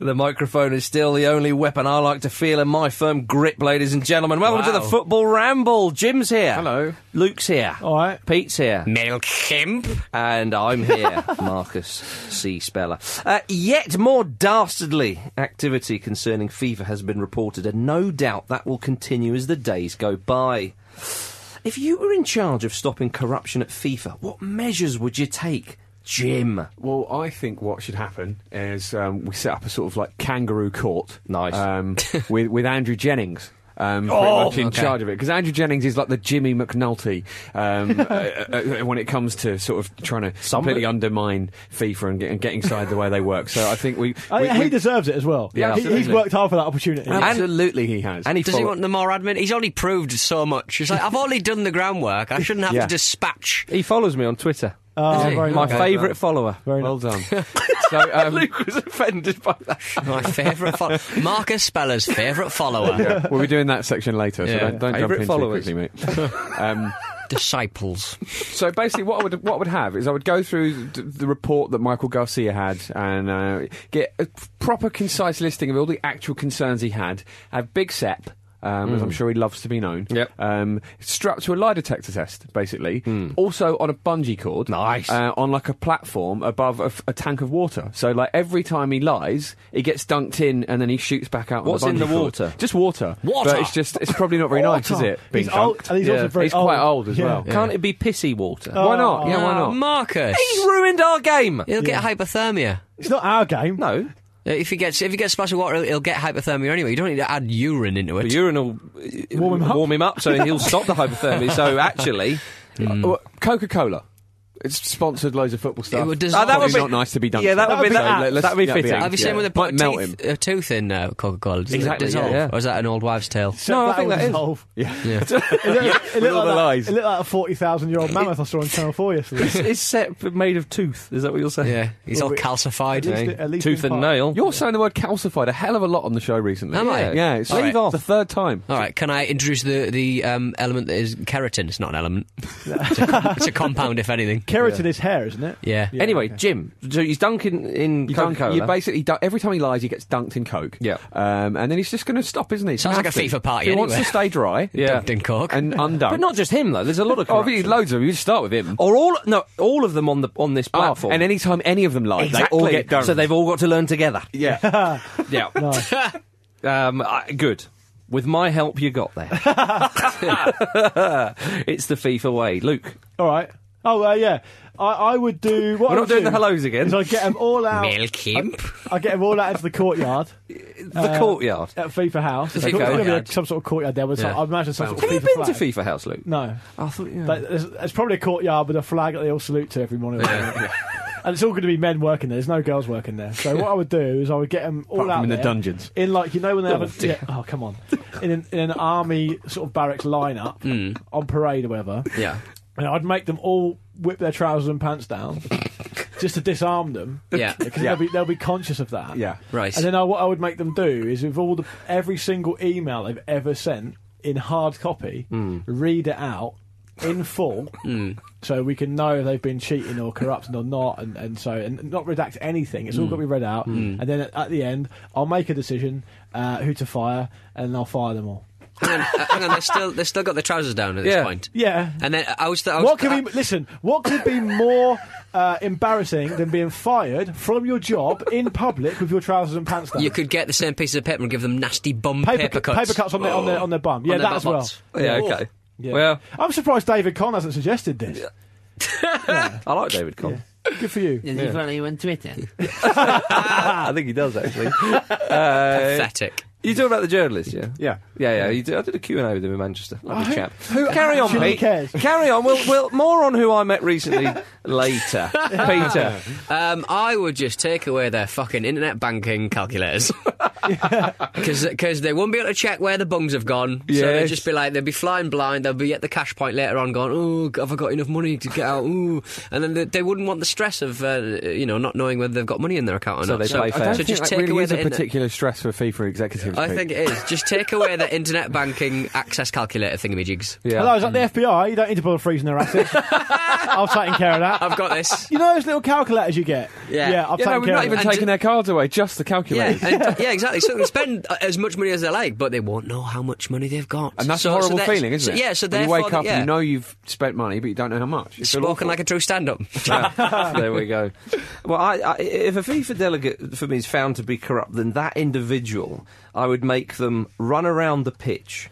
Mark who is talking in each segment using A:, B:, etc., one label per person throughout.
A: The microphone is still the only weapon I like to feel in my firm grip, ladies and gentlemen. Welcome to the
B: Wow.
A: Football Ramble. Jim's here.
B: Hello.
A: Luke's here.
B: All right.
A: Pete's here.
B: Milk hemp.
A: And I'm here, Marcus C. Speller. Uh, yet more dastardly activity concerning fever has been reported, and no doubt that will continue as the days go by. If you were in charge of stopping corruption at FIFA, what measures would you take, Jim?
B: Well, I think what should happen is um, we set up a sort of like kangaroo court.
A: Nice.
B: Um, with, with Andrew Jennings. Um, pretty
A: Oh,
B: much in
A: okay.
B: charge of it because Andrew Jennings is like the Jimmy McNulty um, uh, uh, uh, when it comes to sort of trying to completely undermine FIFA and, get, and get inside the way they work. So I think we,
C: I,
B: we-
C: Oh, he
B: we-
C: deserves it as well.
B: Yeah,
C: He- he's
B: absolutely.
C: worked hard for that opportunity.
B: absolutely he has.
A: And he
D: Does he
A: follow-
D: want the more admin? He's already proved so much. He's like, I've already done the groundwork. I shouldn't have
B: Yeah.
D: to dispatch.
A: He follows me on Twitter.
C: Oh,
D: Is he?
C: very
A: My
C: nice.
A: favourite follower.
C: Very
B: well
C: nice.
B: done. so um,
A: Luke was offended by that.
D: My favourite follower. Marcus Speller's favourite follower.
B: yeah, we'll be doing that section later. So
D: Yeah.
B: don't, don't jump
A: Favourite
B: in
A: followers.
B: too quickly, mate. um,
D: Disciples.
B: So basically, what I would what I would have is I would go through th- the report that Michael Garcia had and uh, get a proper concise listing of all the actual concerns he had. Have Big Sep. Um, As I'm sure he loves to be known.
A: Yep.
B: Um, strapped to a lie detector test, basically. Also on a bungee cord.
A: Nice.
B: Uh, on like a platform above a, f- a tank of water. So like every time he lies, he gets dunked in and then he shoots back out. on
A: What's in
B: bungee
A: the
B: cord.
A: water?
B: Just water.
D: Water!
B: But it's just it's probably not very nice, is it? Being
C: He's old,
B: dunked.
C: and he's
A: Yeah.
C: also very
B: He's quite old as
C: Yeah.
B: well.
A: Can't it be pissy water?
B: Why not? Yeah, why
D: Ah,
B: not?
D: Marcus.
A: He ruined our game.
D: He'll get hypothermia. Uh,
C: It's not our game.
A: No,
D: If he gets if he gets splashed with water, he'll, he'll get hypothermia anyway. You don't need to add urine into
A: the
D: it.
A: urine will uh, warm him up, so he'll stop the hypothermia. So actually,
B: Mm. Coca Cola. Uh, It's sponsored loads of football stuff.
D: It would dissolve-
A: that would
B: It's
A: be-
B: not nice to Oh, be done.
A: yeah, that would be that-
B: let's-
A: that'd be
B: that'd
A: fitting.
B: out.
D: have you
B: Yeah.
D: seen when they
B: Might
D: put
B: melt
D: a,
B: him?
D: teeth, a tooth in uh, Coca Cola? Does
A: Exactly,
D: it dissolve?
A: yeah.
D: Or is that an old wives' tale?
C: Except
A: No, I
C: that
A: think
C: was
A: that is-
C: old.
D: Yeah.
C: It looked like that- it
B: all the
C: looked like
B: lies.
C: that- it looked like a 40,000 year old mammoth I saw on Channel 4 yesterday.
A: it's, it's set made of tooth. Is that what you're saying?
D: yeah. He's all
C: Well, we-
D: calcified.
C: least- at least
A: tooth
C: in
A: and
C: part.
A: nail.
B: You're saying the word calcified a hell of a lot on the show recently.
D: Am I?
B: yeah. Yeah, it's,
D: All right.
B: Leave off. the third time.
D: All right, can I introduce the the um, element that is keratin? It's not an element. it's, a, com- it's a compound, if anything.
C: Keratin is hair, isn't it?
D: Yeah.
A: anyway, Jim. So he's dunking in
B: You
A: Coca
B: dunk, you
A: Cola.
B: basically dunk, every time he lies, he gets dunked in coke.
A: Yeah.
B: um, and then he's just going to stop, isn't he?
D: Sounds like a
B: Athlete.
D: FIFA party
B: He wants to
D: anyway.
B: stay dry.
A: Yeah.
D: Dunked in coke.
B: and undunk.
A: But not just him though. There's a lot of
B: Oh, obviously,
A: corruption.
B: loads of them. You just start with him.
A: or all no, all of them on the on this
B: Oh,
A: platform.
B: and any time any of them lie,
A: exactly.
B: they all get dunked.
A: so they've all got to learn together.
B: yeah.
A: Yeah. um, I, good. With my help, you got there. it's the FIFA way, Luke.
C: All right. Oh, uh, yeah. I, I would do.
A: We're
C: What I
A: not
C: would
A: doing
C: do
A: the hellos again.
C: Is I'd get them all out.
D: Milk him.
C: I'd get them all out into the courtyard
A: The
C: uh,
A: courtyard.
C: at FIFA House. There's
D: FIFA
C: gotta be
D: courtyard.
C: some sort of courtyard there with some,
D: Yeah.
C: I imagine some sort of
A: Have you
C: FIFA
A: been
C: flag.
A: to FIFA House, Luke?
C: No.
A: I thought yeah.
C: Like, there's, there's probably a courtyard with a flag that they all salute to every morning. and it's all going to be men working there. There's no girls working there. So what I would do is I would get them all
E: Apart
C: out
E: from in the
C: there,
E: dungeons.
C: in like you know when they
D: Oh,
C: have a
D: dear.
C: yeah, oh come on in an, in an army sort of barracks lineup
E: Hmm.
C: on parade or whatever.
D: Yeah.
C: And I'd make them all whip their trousers and pants down just to disarm them.
D: Yeah.
C: Because they'll, be, they'll be conscious of that.
E: Yeah.
D: Right.
C: And then I, what I would make them do is, with all the every single email they've ever sent in hard copy,
D: Hmm.
C: read it out in full, so we can know if they've been cheating or corrupting or not, and, and so and not redact anything.
D: Hmm.
C: It's all got to be read out, and then at, at the end, I'll make a decision uh, who to fire, and I'll fire them all.
D: hang on, uh, hang on. They're still they're still got their trousers down at this
B: Yeah.
D: point.
C: Yeah.
D: And then uh, I was. I was
C: What could
D: I,
C: be listen? What could be more uh, embarrassing than being fired from your job in public with your trousers and pants down?
D: You could get the same pieces of paper and give them nasty bum
C: paper,
D: paper,
C: cu-
D: cuts. Oh.
C: paper cuts on their on their on their bum. Yeah,
D: On
C: that
D: their butt
C: as well.
D: bots.
A: Yeah, okay.
C: Yeah.
A: Well,
C: I'm surprised David Conn hasn't suggested this.
A: I like David Conn.
C: Good for you.
F: Does he follow you on Twitter?
A: I think he does actually. Uh,
D: Pathetic.
A: You talk about the journalist, yeah?
E: Yeah.
A: yeah, yeah. You did, I did a Q and A with him in Manchester. Lovely chap.
C: who
A: Carry on,
C: actually
A: Pete.
C: cares?
A: Carry on. We'll, we'll more on who I met recently later. Peter,
D: Um, I would just take away their fucking internet banking calculators. Because they won't be able to check where the bungs have gone. So they'd
A: Yes.
D: just be like, they'd be flying blind. They'll be at the cash point later on going, oh, have I got enough money to get out? Ooh. And then they, they wouldn't want the stress of, uh, you know, not knowing whether they've got money in their account or
A: So
D: not.
A: they pay
D: so,
A: fair.
D: so just
B: that
D: take
B: really
D: away
B: is a
D: the internet.
B: particular stress for FIFA executives.
D: I
B: Pete.
D: think it is. Just take away the internet banking access calculator thingamajigs.
A: yeah.
C: Hello, is that the FBI? You don't need to bother freezing their assets. I've taken care of that.
D: I've got this.
C: you know those little calculators you get?
D: Yeah.
C: I've
B: Yeah, no,
C: taken
B: we've
C: care
B: not
C: of
B: even
C: that.
D: And
B: taken
D: ju-
B: their cards away, just the
D: Yeah,
B: calculator.
D: and, yeah, exactly. So they spend uh, as much money as they like, but they won't know how much money they've got.
B: And that's
D: so,
B: a horrible
D: so that's-
B: feeling, isn't
D: so-
B: it?
D: yeah, so
B: When you
D: therefore
B: wake
D: that-
B: up
D: yeah,
B: and you know you've spent money, but you don't know how much. You feel
D: spoken
B: awful.
D: like a true stand-up.
A: there we go. Well, I, I, if a FIFA delegate for me is found to be corrupt, then that individual, I would make them run around the pitch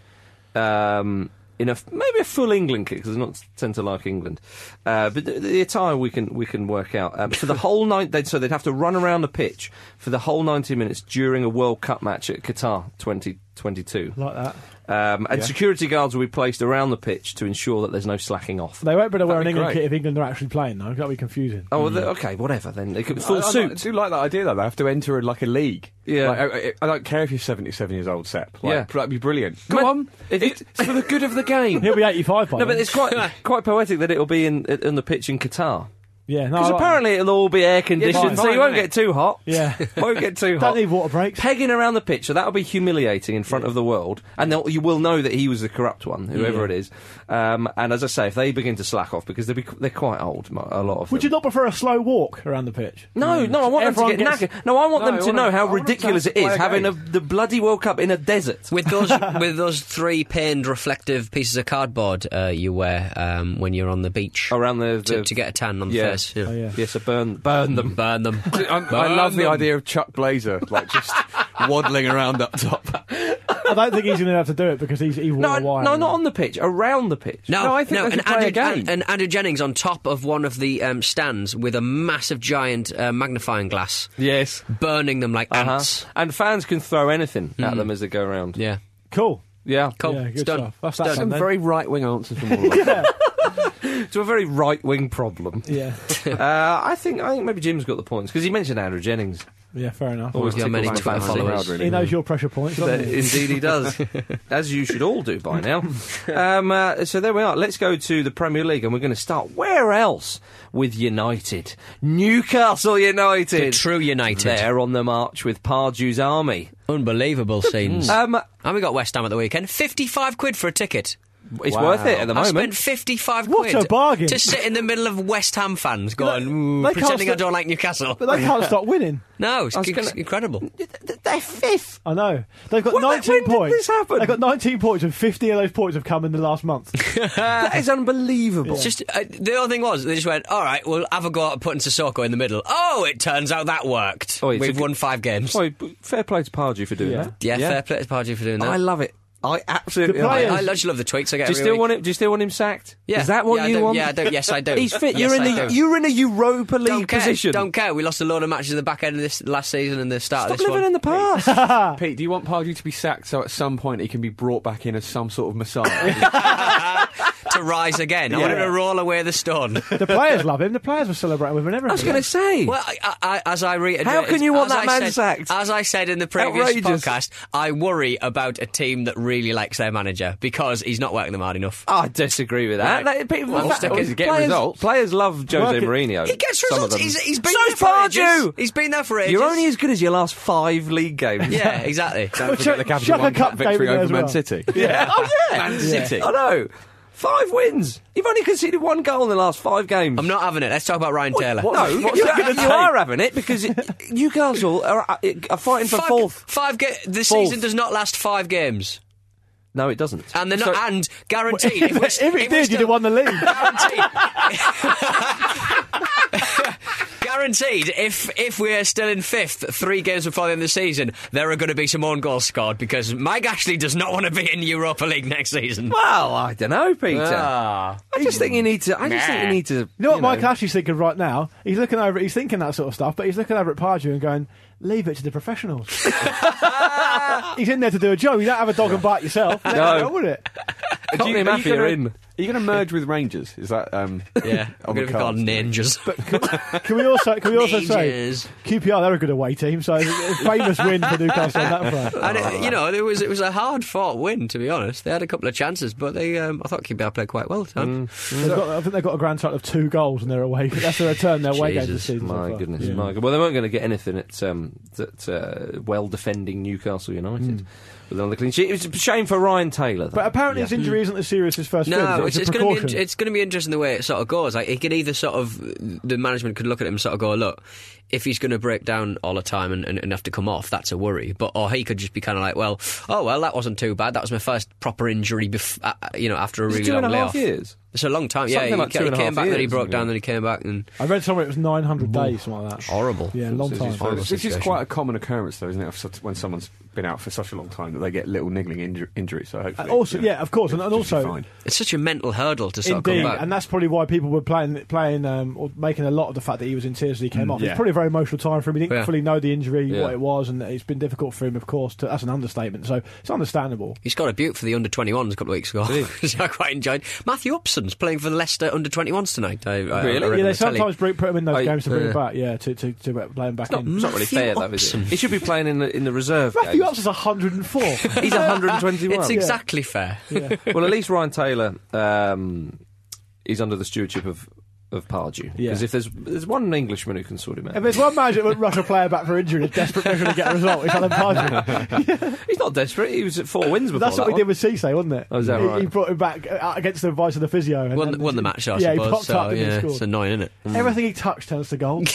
A: um, in a f- maybe a full England kit because I not tend to like England, uh, but the, the attire we can we can work out um, for the whole night. They'd, so they'd have to run around the pitch for the whole ninety minutes during a World Cup match at Qatar twenty twenty two.
C: like that.
A: Um, and security guards will be placed around the pitch to ensure that there's no slacking off.
C: They won't be able to wear
B: That'd
C: an
B: be
C: England
B: great.
C: kit if England are actually playing, though. That'd be confusing.
A: Oh, well, th-
D: Mm.
A: okay, whatever then. They could
B: I,
A: full
B: I
A: suit.
B: like- do like that idea though. They have to enter like a league.
A: Yeah.
B: Like, I, I- I don't care if you're 77 years old, Sep. Like,
A: Yeah.
B: that'd be brilliant.
A: Come
B: Come
A: on.
B: on,
A: If it-
B: it's for the good of the game.
C: He'll be 85 by
A: No,
C: then.
A: but it's quite quite poetic that it'll be in in the pitch in Qatar
C: Yeah, no, I
A: because
C: like
A: apparently it'll all be air conditioned,
B: fine,
A: so you
B: fine,
A: won't
B: isn't
A: get too hot.
C: Yeah.
A: won't get too hot.
C: that. Don't need water breaks.
A: Pegging around the pitch, so that'll be humiliating in front of the world, and they'll- you will know that he was the corrupt one, whoever it is. Um, and as I say, if they begin to slack off because they're be, they're quite old, mo- a lot of
C: Would you
A: them.
C: not prefer a slow walk around the pitch?
A: no, no, I want them to
C: Everyone
A: get
C: gets-
A: knackered. No, I want
B: No,
A: them
B: I
A: to
B: want
A: know
B: them- I
A: how
B: want them to
A: ridiculous
B: have
A: it
B: to
A: is
B: play a
A: having a,
B: game.
A: the bloody World Cup in a desert.
D: with those with those three paned reflective pieces of cardboard uh, you wear um, when you're on the beach
A: Around the-
D: to,
A: the-
D: to get a tan on
A: Yeah.
D: the face. Yeah.
C: Oh, yeah. Mm.
A: Yes, so burn burn them.
D: Burn them.
B: I'm- Um, I
D: Burn
B: love the
D: them.
B: idea of Chuck Blazer like just waddling around up top.
C: I don't think he's going to have to do it because he's, he wore
A: No,
C: a wire.
A: no, not on the pitch. Around the pitch.
D: No,
B: No, I think
D: no,
B: they could
D: and
B: play a
D: Andrew,
B: game.
D: and, and Andrew Jennings on top of one of the um, stands with a massive, giant uh, magnifying glass,
A: Yes.
D: burning them like
A: Uh-huh.
D: ants.
A: And fans can throw anything at them as they go around.
D: Yeah,
C: Cool.
A: Yeah.
D: Hmm. cool.
C: yeah, good
D: it's done.
C: stuff. That's that
B: Some
C: done then.
B: very right wing answers from all of us.
A: To a very right wing problem.
C: Yeah,
A: uh, I think I think maybe Jim's got the points because he mentioned Andrew Jennings.
C: yeah, fair enough.
A: Always
D: your
A: tickles
D: many
A: my
D: Twitter
A: fancy.
D: followers.
C: He knows your pressure points.
A: Uh,
C: doesn't he?
A: Indeed, he does, as you should all do by now. Um, uh, so there we are. Let's go to the Premier League, and we're going to start where else with United, Newcastle United.
D: The true United.
A: They're on the march with Pardew's army.
D: Unbelievable scenes.
A: Um,
D: and we got West Ham at the weekend. Fifty-five quid for a ticket.
A: it's
B: Wow.
A: worth it at the
D: I
A: moment.
D: spent fifty-five
C: What a
D: quid
C: bargain.
D: to sit in the middle of West Ham fans going, "Ooh,"
C: they can't
D: pretending I
C: st-
D: don't like Newcastle.
C: But they can't stop winning.
D: No, it's,
A: I was
D: it's
A: gonna-
D: incredible.
A: They're fifth.
C: I know. They've got
A: What the-
C: 19
A: when did
C: points.
A: this happen?
C: They've got 19 points, and 50 of those points have come in the last month.
A: that is unbelievable.
D: It's just uh, the other thing was they just went, all right, we'll have a go at putting Sissoko in the middle. Oh, it turns out that worked.
A: Oh, it's a Oh,
D: We've
A: good-
D: won five games.
A: Boy, b- fair play to Pardew for doing
C: Yeah.
A: that.
D: yeah, fair play to Pardew for doing that.
A: Oh, I love it. I absolutely
C: The
A: love
D: I,
A: it.
C: players-
D: I just love the tweets I get.
A: Do you
D: every
A: still
D: week.
A: want him? Do you still want him sacked?
D: Yeah.
A: Is that what
D: Yeah, I
A: you
D: don't-
A: want?
D: yeah, I don't- yes, I do.
A: He's fit.
D: Yes,
A: you're in
D: I
A: the
D: do.
A: you're in a Europa League
D: Don't care.
A: position.
D: Don't care. We lost a load of matches in the back end of this last season and the start
A: Stop
D: of this
A: living
D: one.
A: in the past.
B: Pete, do you want Pardew to be sacked so at some point he can be brought back in as some sort of messiah?
D: to rise again. I want him to roll away the stone.
C: The players love him. The players were celebrating with him. and
A: I was
C: everything.
A: going to say.
D: Well, I, I, I- as I read,
A: How can you want that man
D: said,
A: sacked?
D: As I said in the previous
A: Outrageous.
D: podcast, I worry about a team that really likes their manager because he's not working them hard enough.
A: I disagree with that.
D: Right.
A: Like, people-
D: Well,
A: in fact,
D: stick it.
B: Get
A: players,
B: results.
A: players love Jose
C: Work it.
A: Mourinho.
D: He gets
A: some of them.
D: results. He's, he's been
A: So's
D: there for ages.
A: Pardew!
D: He's been there for ages.
A: You're only as good as your last five league games.
D: yeah, exactly.
B: Don't forget the Capital
C: Shut- shut the
B: One Cup
C: cup game
B: victory
C: in there
B: over
C: as
B: Man
C: well.
B: City.
A: Yeah. Oh, yeah.
D: Man City.
A: I know. Five wins. You've only conceded one goal in the last five games.
D: I'm not having it. Let's talk about Ryan Taylor.
A: no, you,
B: what's that gonna
A: you are
B: take?
A: having it because it, Newcastle are, uh, are fighting for
D: Five-
A: fourth.
D: Five. Ga- the
A: Fourth.
D: season does not last five games,
A: No, it doesn't.
D: and they're not.
A: So-
D: and guaranteed. we're
C: If
D: st-
C: it
D: we're
C: did, you'd
D: still-
C: have won the league.
D: Guaranteed, if if we're still in fifth, three games before the end of the season, there are going to be some own goals scored because Mike Ashley does not want to be in Europa League next season.
A: well, I don't know, Peter.
D: Ah.
A: I just think you need to. I just think you need to.
C: You know what Mike Ashley's thinking right now? He's looking over, he's thinking that sort of stuff, but he's looking over at Pardew and going, leave it to the professionals. he's in there to do a job. You don't have a dog and bite yourself. Let
A: No.
C: it go, would it?
B: Are you-
A: Tottenham
B: are you
A: Happy are
B: gonna-
A: in.
B: Are you going to merge with Rangers? Is that um?
D: Yeah,
B: on
D: I'm going
B: the
D: to be called
B: cards?
D: ninjas.
C: Can we also, can we also say
D: Ninjas.
C: QPR, they're a good away team, so it's a famous win for Newcastle on that front.
D: And it, you know, it was it was a hard fought win to be honest. They had a couple of chances, but they um, I thought QPR played quite well. Tom.
C: They've got, I think they've got a grand total of two goals and they're away. That's the return their away game this
A: Jesus,
C: season. so
A: my
C: far.
A: goodness,
C: Yeah.
A: my God. Well, they weren't going to get anything at um, that uh, well defending Newcastle United with another clean sheet. It was a shame for Ryan Taylor. Though.
C: Hmm. But uh, apparently his injury isn't as serious as first feared, is
D: No,
C: it?
D: it's,
C: a
D: it's going to be
C: precaution.
D: int- it's going to be interesting the way it sort of goes. Like he could either sort of the management could look at him and sort of go, look, if he's going to break down all the time and, and, and have to come off, that's a worry. But or he could just be kind of like, well, oh well, that wasn't too bad. That was my first proper injury, bef- uh, uh, you know, after a
A: It's
D: really
A: two
D: long
A: and a half
D: layoff.
A: years.
D: It's a long time.
A: Something
D: yeah,
A: like
D: he,
A: two
D: he
A: and a
D: came
A: half
D: back, then he
A: years, isn't
D: broke
A: it?
D: down, then he came back, and
C: I read somewhere it was 900 days, something like that.
D: horrible.
C: Yeah, long time.
D: horrible
B: This is
D: situation.
B: quite a common occurrence, though, isn't it? of such- When someone's been out for such a long time that they get little niggling inju- injuries. So hopefully,
C: And Uh, also,
B: you know,
C: yeah, of course, and, and
B: it'll just be
C: also
B: fine.
D: It's such a mental hurdle to sort
C: Indeed,
D: of come back.
C: and that's probably why people were playing, playing, um, or making a lot of the fact that he was in tears as he came off.
B: yeah.
C: It's probably a very emotional time for him. He didn't
D: Mm, Yeah.
C: fully know the injury,
A: Yeah.
C: what it was, and it's been difficult for him, of course. To, that's an understatement, so it's understandable.
D: He scored a beaut for the under 21s a couple of weeks ago, which I quite enjoyed. Matthew Upson's playing for the Leicester under 21s tonight. I, I,
A: Really?
D: I read
C: yeah,
D: on
C: they
D: the telly.
C: sometimes bring, put him in those
A: I-
C: games to bring
D: yeah.
C: him back, yeah, to, to, to play him back
D: not
C: in.
D: m-
A: It's not really
D: Matthew
A: fair, though, is
D: Upson.
A: it? He should be playing in the, in the reserve.
C: Matthew
A: games.
C: Upson's 104.
A: He's 121.
D: It's exactly fair.
C: yeah.
A: well, at least Ryan Taylor um, is under the stewardship of of Pardew.
C: Yeah.
A: Because if there's there's one Englishman who can sort him
C: If
A: out,
C: there's one manager that would rush a player back for injury in a desperate measure to get a result, it's Alan Pardew.
A: he's not desperate. He was at four wins before
C: That's
A: that
C: what we
A: one.
C: did with Cisse, wasn't it?
A: Oh, is that
C: he,
A: right?
C: he brought him back uh, against the advice of the physio. And
D: Won,
C: then-
D: won the match, I
C: yeah,
D: suppose.
C: he popped
D: so,
C: up and
D: yeah,
C: he
D: it's
C: scored. Mm.
D: annoying, isn't it?
C: Everything he touched turns to gold.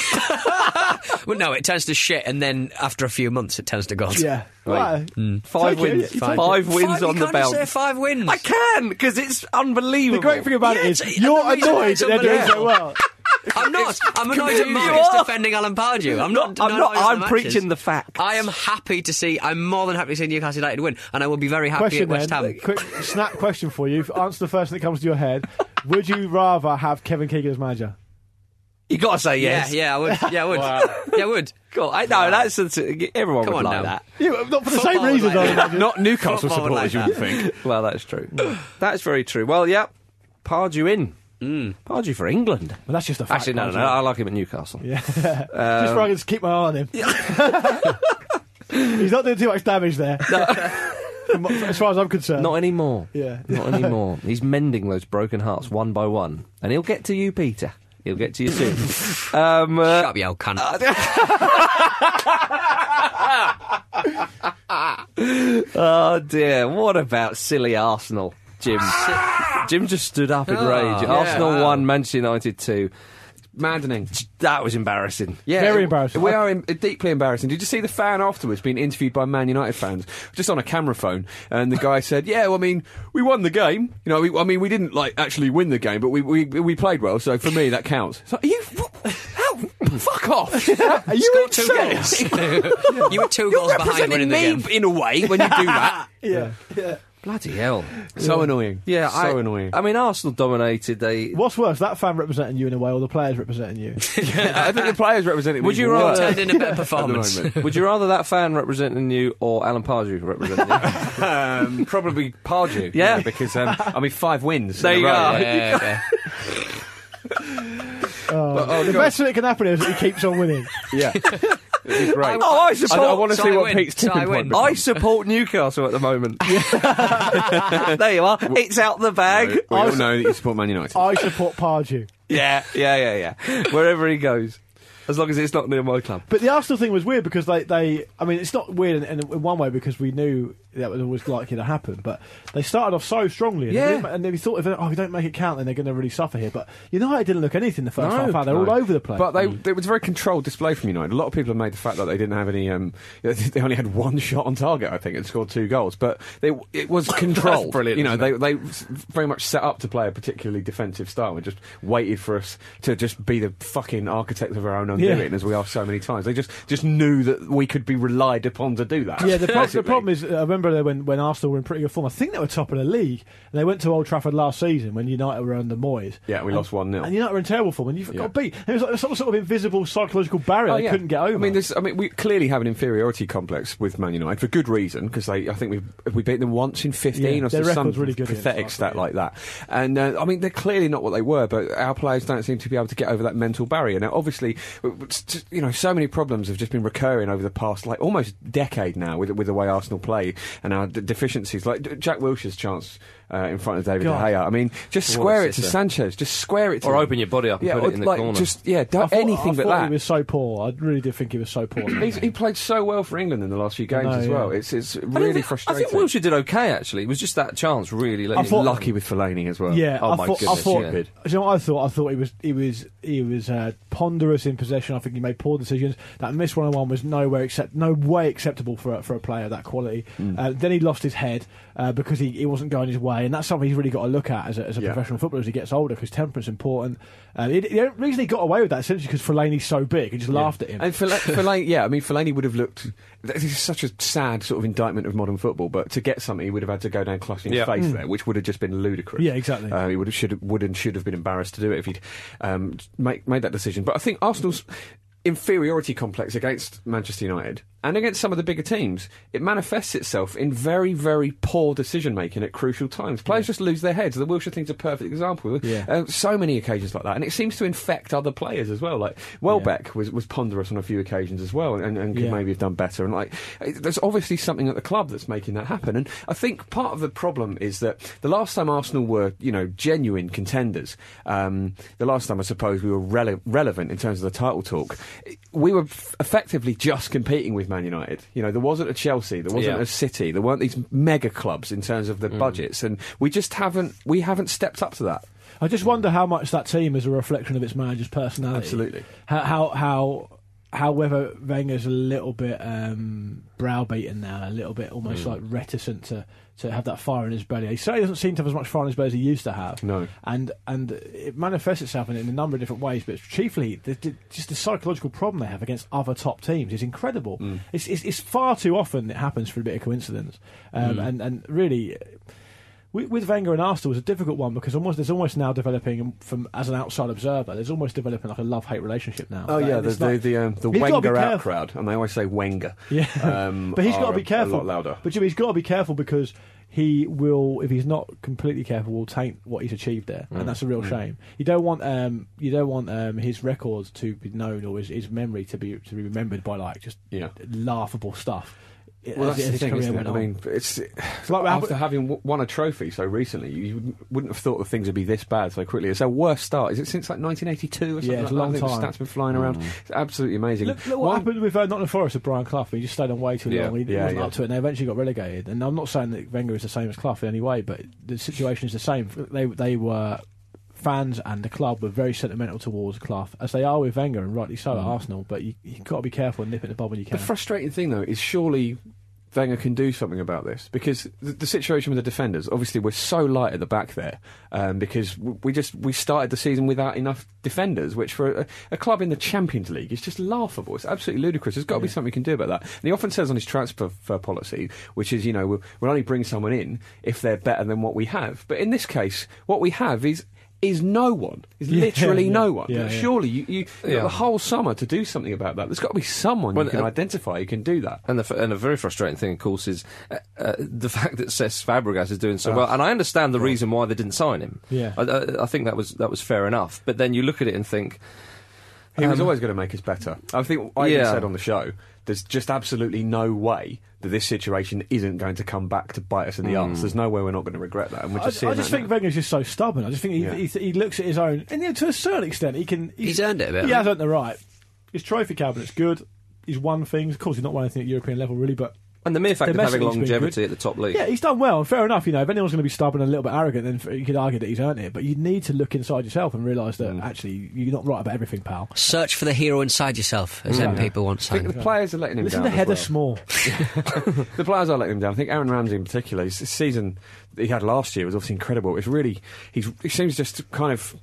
D: Well, no, it turns to shit, and then after a few months, it turns to gold.
C: yeah.
A: Right.
C: Right.
D: Mm.
A: Five
C: Take it,
A: wins.
C: you
A: Five,
C: take it.
A: wins on
D: Five- you
A: the
D: can't just
A: bounce.
D: say five wins.
A: I can because it's unbelievable.
C: The great thing about
D: Yeah,
C: it
D: it's-
C: is you're
D: and the reason why
C: annoyed
D: it's
C: that they're doing so well.
D: I'm not. I'm annoyed at
A: You
D: Marcus
A: are.
D: defending Alan Pardew. I'm not.
A: I'm not.
D: annoyed at
A: I'm
D: the
A: preaching
D: matches.
A: the fact.
D: I am happy to see. I'm more than happy to see Newcastle United win, and I will be very happy at
C: Question
D: West Ham.
C: then. Quick snap question for you. Answer the first thing that comes to your head. Would you rather have Kevin Keegan as manager?
A: You gotta say
D: Yeah,
A: yes.
D: yeah, I would. Yeah, I would. Yeah, I would.
A: God, I, no, that's the- everyone
D: Come
A: would like
D: on now.
A: that.
C: Yeah, but not for the
D: Football
C: same reasons.
D: like
C: I
D: that.
C: imagine.
B: Not Newcastle
D: Football like
B: supporters, you would think.
A: Well, that's true. that's very true. Well, yeah, Pardew in.
D: Mm.
A: Pardew for England.
C: Well, that's just a fact.
A: Actually, no, no, no,
C: Nigel.
A: I like him at Newcastle.
C: Yeah. just for I can just keep my eye on him. He's not doing too much damage there. From- as far as I'm concerned.
A: Not anymore.
C: Yeah.
A: Not anymore. He's mending those broken hearts one by one, and he'll get to you, Peter. He'll get to you soon. um, uh,
D: Shut up, you old cunt.
A: oh dear! What about silly Arsenal, Jim? Jim just stood up in
D: Oh,
A: rage.
D: yeah,
A: Arsenal
D: wow.
A: one, Manchester United two.
B: Maddening.
A: That was embarrassing.
B: Yeah,
C: Very
B: it-
C: embarrassing.
B: We are em deeply embarrassing. Did you see the fan afterwards being interviewed by Man United fans, just on a camera phone? And the guy said, "Yeah, well, I mean, we won the game. You know, we, I mean, we didn't like actually win the game, but we we, we played well. So for me, that counts." It's like, you, how, fuck off!
C: Are you
D: Two
C: insane?
D: goals. you were 2
B: You're
D: goals behind
B: representing
D: winning the
B: me
D: game.
B: in a way when you do that.
C: Yeah. yeah.
A: Bloody hell.
B: So annoying.
A: Yeah,
B: so
A: I,
B: annoying.
A: I mean, Arsenal dominated. They
C: What's worse, that fan representing you in a way, or the players representing you?
B: I think the players represented.
A: Would you rather-
D: Turned in a better performance.
A: Would you rather that fan representing you or Alan Pardew representing you?
B: um, probably Pardew.
A: Yeah.
B: because um, I mean five wins.
A: There
B: in a
A: you
B: row.
A: go.
D: Yeah, yeah.
C: Oh, the
B: God.
C: best thing that can happen is that he keeps on winning.
B: Yeah, It'd be great.
A: oh, I
B: I,
A: support.
B: I want to
D: So
B: see
D: I
B: what
D: win.
B: Pete's
D: So I
B: tipping point.
D: win.
B: becomes.
A: I support Newcastle at the moment. there you are. It's out the bag.
B: We all know that you support Man United.
C: I support Pardew.
A: Yeah, yeah, yeah, yeah. Wherever he goes, as long as it's not near my club.
C: But the Arsenal thing was weird because they, they I mean, it's not weird in, in, in one way because we knew that was always likely to happen. But they started off so strongly, and,
A: Yeah.
C: they didn't ma- and then we thought if they, oh, we don't make it count, then they're going to really suffer here. But United didn't look anything the first
A: No,
C: half hour; they're
B: No.
C: all over the place.
B: But they, it was a very controlled display from United. A lot of people have made the fact that they didn't have any. Um, they only had one shot on target, I think, and scored two goals. But they, it was controlled.
A: brilliant,
B: You know,
A: isn't
B: they, they s- very much set up to play a particularly defensive style and just waited for us to just be the fucking architects of our own undoing,
C: Yeah.
B: as we are so many times. They just just knew that we could be relied upon to do that.
C: yeah, the, pro- the
B: basically.
C: problem is, I remember that when, when Arsenal were in pretty good form. I think they were top of the league, and they went to Old Trafford last season when United were under Moyes.
B: Yeah, we
C: And-
B: lost 1-0.
C: And United were in terrible form, and you have
B: Yeah.
C: got beat. It was like some sort of invisible psychological barrier
B: Oh,
C: they
B: yeah.
C: couldn't get over.
B: I mean, this, I mean, we clearly have an inferiority complex with Man United for good reason because they, I think we we beat them once in fifteen
C: Yeah,
B: or
C: their
B: some
C: record's really good against
B: pathetic
C: Arsenal,
B: stat
C: yeah.
B: like that. And uh, I mean, they're clearly not what they were, but our players don't seem to be able to get over that mental barrier. Now, obviously, w- w- s- you know, so many problems have just been recurring over the past like almost decade now with with the way Arsenal play and our d- deficiencies. Like D- Jack Wilshere's chance uh, in front of David
C: God.
B: De Gea. I mean, just
A: What a
B: square it to
A: sitter.
B: Sanchez. Just square it to
A: Or
B: him.
A: open your body up and
B: yeah,
A: put it
B: or,
A: in the
B: like,
A: corner.
B: Just yeah, do
C: I thought-
B: anything
C: I
B: but
C: thought
B: that.
C: He was so poor. I really did think he was so poor.
B: He's, he played so well for England in the last few games
C: know,
B: as well.
C: yeah.
B: It's it's
A: I don't
B: really
A: think-
B: frustrating.
A: I think Wilshire did okay actually. It was just that chance really. let
C: I
A: him-
C: thought-
B: lucky with Fellaini as well.
C: Yeah,
A: Oh
C: I
A: my
C: thought,
A: goodness,
C: I thought,
A: yeah.
C: Do you know what I thought? I thought he was he was he was uh, ponderous in possession. I think he made poor decisions. That miss one on one was nowhere except no way acceptable for a, for a player of that quality.
A: Hmm.
C: Uh, then he lost his head uh, because he, he wasn't going his way, and that's something he's really got to look at as a, as a
B: Yeah.
C: professional footballer as he gets older because temperance important. Uh, it, the only reason he got away with that essentially because Fellaini's so big, he just laughed at him.
B: And Fella- Fellaini, yeah, I mean Fellaini would have looked. This is such a sad sort of indictment of modern football, but to get something, he would have had to go down clutching his
A: Yeah.
B: face there, which would have just been ludicrous.
C: Mm. Yeah, exactly.
B: Uh, he would have should have, would and should have been embarrassed to do it if he'd um, make, made that decision. But I think Arsenal's inferiority complex against Manchester United and against some of the bigger teams it manifests itself in very very poor decision making at crucial times players just lose their heads the Wilshire thing's a perfect example
C: Yeah.
B: Uh, so many occasions like that and it seems to infect other players as well like Welbeck was, was ponderous on a few occasions as well and, and could
C: Yeah.
B: maybe have done better and like it- there's obviously something at the club that's making that happen and I think part of the problem is that the last time Arsenal were you know genuine contenders um, the last time I suppose we were rele- relevant in terms of the title talk we were f- effectively just competing with Man United you know there wasn't a Chelsea there wasn't
A: Yeah.
B: a City there weren't these mega clubs in terms of the budgets and we just haven't we haven't stepped up to that
C: I just wonder how much that team is a reflection of its manager's personality.
B: Absolutely.
C: How how how however Wenger's a little bit um, browbeaten now, a little bit almost
B: Mm.
C: like reticent to to have that fire in his belly. He certainly doesn't seem to have as much fire in his belly as he used to have.
B: No.
C: And and it manifests itself in, in a number of different ways, but it's chiefly the, the, just the psychological problem they have against other top teams is incredible.
B: Mm.
C: It's, it's it's far too often it happens for a bit of coincidence, um,
B: Mm.
C: and and really with, with Wenger and Arsenal was a difficult one because almost there's almost now developing um, from as an outside observer, there's almost developing like a love hate relationship now.
B: Oh
C: Like,
B: yeah,
C: and
B: the
C: it's
B: the
C: like-
B: the, um, the
C: He's gotta be
B: Wenger out
C: careful.
B: crowd, and they always say Wenger.
C: Yeah,
B: um,
C: but he's
B: are
C: got to
B: a-
C: be careful.
B: A lot louder.
C: But Jimmy, he's got to be careful because he will, if he's not completely careful, will taint what he's achieved there,
B: Mm.
C: and that's a real shame. You don't want um, you don't want um, his records to be known or his, his memory to be to be remembered by like just
B: Yeah.
C: laughable stuff.
B: Well,
C: as-
B: that's
C: as
B: the
C: his
B: thing,
C: career
B: isn't it?
C: went
B: I
C: on.
B: mean, it's,
C: like we
B: after
C: haven't-
B: having w- won a trophy so recently, you wouldn't- wouldn't have thought that things would be this bad so quickly. It's our worst start. Is it since like 1982 or something?
C: Yeah, it's
B: like
C: a
B: that?
C: long
B: I think The
C: time. Mm.
B: stats been flying around. It's absolutely amazing.
C: Look, look what
B: One-
C: happened with uh, Nottingham Forest with Brian Clough. He just stayed on way too
A: Yeah.
C: long. He
B: Yeah,
C: wasn't
B: yeah.
C: up to it, and they eventually got relegated. And I'm not saying that Wenger is the same as Clough in any way, but the situation is the same. They they were fans and the club were very sentimental towards Clough, as they are with Wenger, and rightly so at Arsenal. But you, you've got to be careful and nip it in the bud when you
B: The
C: can.
B: frustrating thing, though, is surely Wenger can do something about this because the, the situation with the defenders, obviously, we're so light at the back there um, because w- we just we started the season without enough defenders, which for a, a club in the Champions League is just laughable. It's absolutely ludicrous. There's got to be something we can do about that. And he often says on his transfer f- uh, policy, which is you know we'll, we'll only bring someone in if they're better than what we have. But in this case, what we have is. Is no one. Is literally
C: yeah.
B: no one.
C: Yeah, yeah.
B: Surely you, you you've
A: Yeah.
B: got the whole summer to do something about that. There's got to be someone
A: Well,
B: you can
A: uh,
B: identify who can do that.
A: And the, f- and a very frustrating thing, of course, is uh, uh, the fact that Cesc Fabregas is doing so well. And I understand the reason why they didn't sign him.
C: Yeah.
A: I, I, I think that was that was fair enough. But then you look at it and think,
B: He was
C: Um,
B: always going to make us better. I think I even
A: Yeah.
B: said on the show, there's just absolutely no way that this situation isn't going to come back to bite us in the
A: Hmm.
B: arse. There's no way we're not going to regret that. And we're
C: I, I
B: just seeing
C: just
B: that
C: think
B: now.
C: Wenger's just so stubborn. I just think he,
B: Yeah.
C: he, he looks at his own, and you know, to a certain extent, he can.
D: He's earned it a bit,
C: He
D: hasn't
C: has earned the right. His trophy cabinet's good. He's won things. Of course, he's not won anything at European level, really, but
A: and the mere fact of having
C: Domestically speaking,
A: longevity at the top league.
C: Yeah, he's done well, and fair enough. You know, if anyone's going to be stubborn and a little bit arrogant, then f- you could argue that he's earned it. But you need to look inside yourself and realise
D: Mm.
C: that actually you're not right about everything, pal.
D: Search for the hero inside yourself, as them people once
B: I think
D: sang.
B: the players are letting him
C: Listen
B: down.
C: to Heather
B: as well.
C: Small.
B: the players are letting him down. I think Aaron Ramsey in particular, his his season that he had last year was obviously incredible. It's really he's, he seems just kind of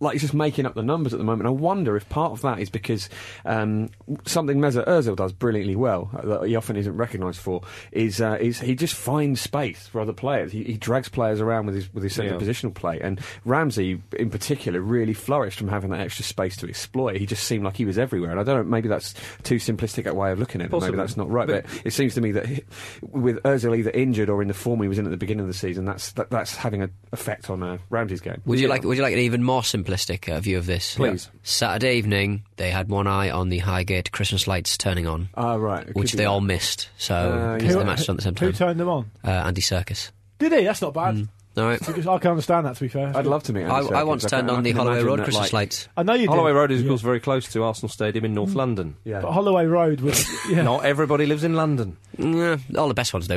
B: like he's just making up the numbers at the moment. I wonder if part of that is because um, something Mesut Ozil does brilliantly well uh, that he often isn't recognised for is uh, is he just finds space for other players. He, he drags players around with his with his centre
A: Yeah.
B: positional play, and Ramsey in particular really flourished from having that extra space to exploit. He just seemed like he was everywhere, and I don't know. Maybe that's too simplistic a way of looking at it.
A: Possibly.
B: Maybe that's not right, but, it seems to me that he, with Özil either injured or in the form he was in at the beginning of the season, that's that, that's having an effect on uh, Ramsey's game.
D: Would you like? Would you like an even more simplistic uh, view of this?
A: Please.
D: Saturday evening, they had one eye on the Highgate Christmas lights turning on,
B: Ah, right. it
D: which
B: could
D: they
B: be-
D: all missed. So
B: Uh,
D: because
B: yeah.
D: the match was on at the same
C: Who
D: time. Mm.
C: turned them on?
D: uh, Andy Circus.
C: Did he? That's not bad.
D: All right.
C: Because I can understand that. To be fair,
B: I'd love to meet. Andy
D: I, I
B: Serkis.
D: once
B: can-
D: turned
B: I
D: on the
B: can
D: Holloway
B: imagine
D: Road
B: that, like-
D: Christmas lights.
C: I know you.
A: Holloway
C: did.
A: Road is, of
C: Yeah.
A: course, very close to Arsenal Stadium in North London.
B: Yeah.
C: But Holloway Road was. Yeah.
A: Not everybody lives in London.
D: Mm, all the best ones do.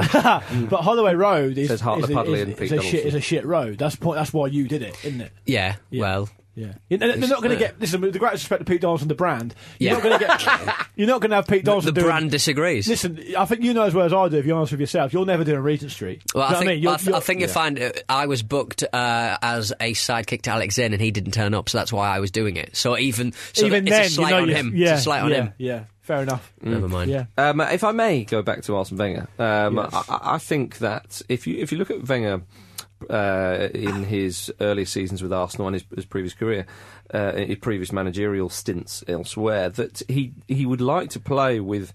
C: but Holloway Road is
A: Says Hartler
C: is, a-
A: Puddley
C: is-
A: and
C: is
A: Pete
C: a shit
A: Donaldson.
C: is a shit road. That's point. That's why you did it, isn't it?
D: yeah, Well,
C: Yeah, and and they're not going to get. Listen, with the greatest respect to Pete Donaldson, the brand. You're
D: Yeah.
C: not going to get. You're not going to have Pete
D: the
C: Donaldson. doing-
D: brand disagrees.
C: Listen, I think you know as well as I do. If you're honest with yourself, you'll never do a Regent Street. Do you
D: Well, I
C: know what I
D: think I,
C: mean? You'll-
D: th- I
C: you'll-
D: think you'll find uh, I was booked uh, as a sidekick to Alex Zinn, and he didn't turn up, so that's why I was doing it. So even so
C: even
D: it's
C: then,
D: a slight
C: you know,
D: on
C: you-
D: him.
C: Yeah,
D: it's a slight on
C: yeah,
D: him.
C: Yeah, fair enough.
D: Never mind.
C: Yeah,
A: Um, if I may go back to Arsene Wenger, um, I, I I think that if you if you look at Wenger uh, in his early seasons with Arsenal and his, his previous career, uh, his previous managerial stints elsewhere, that he he would like to play with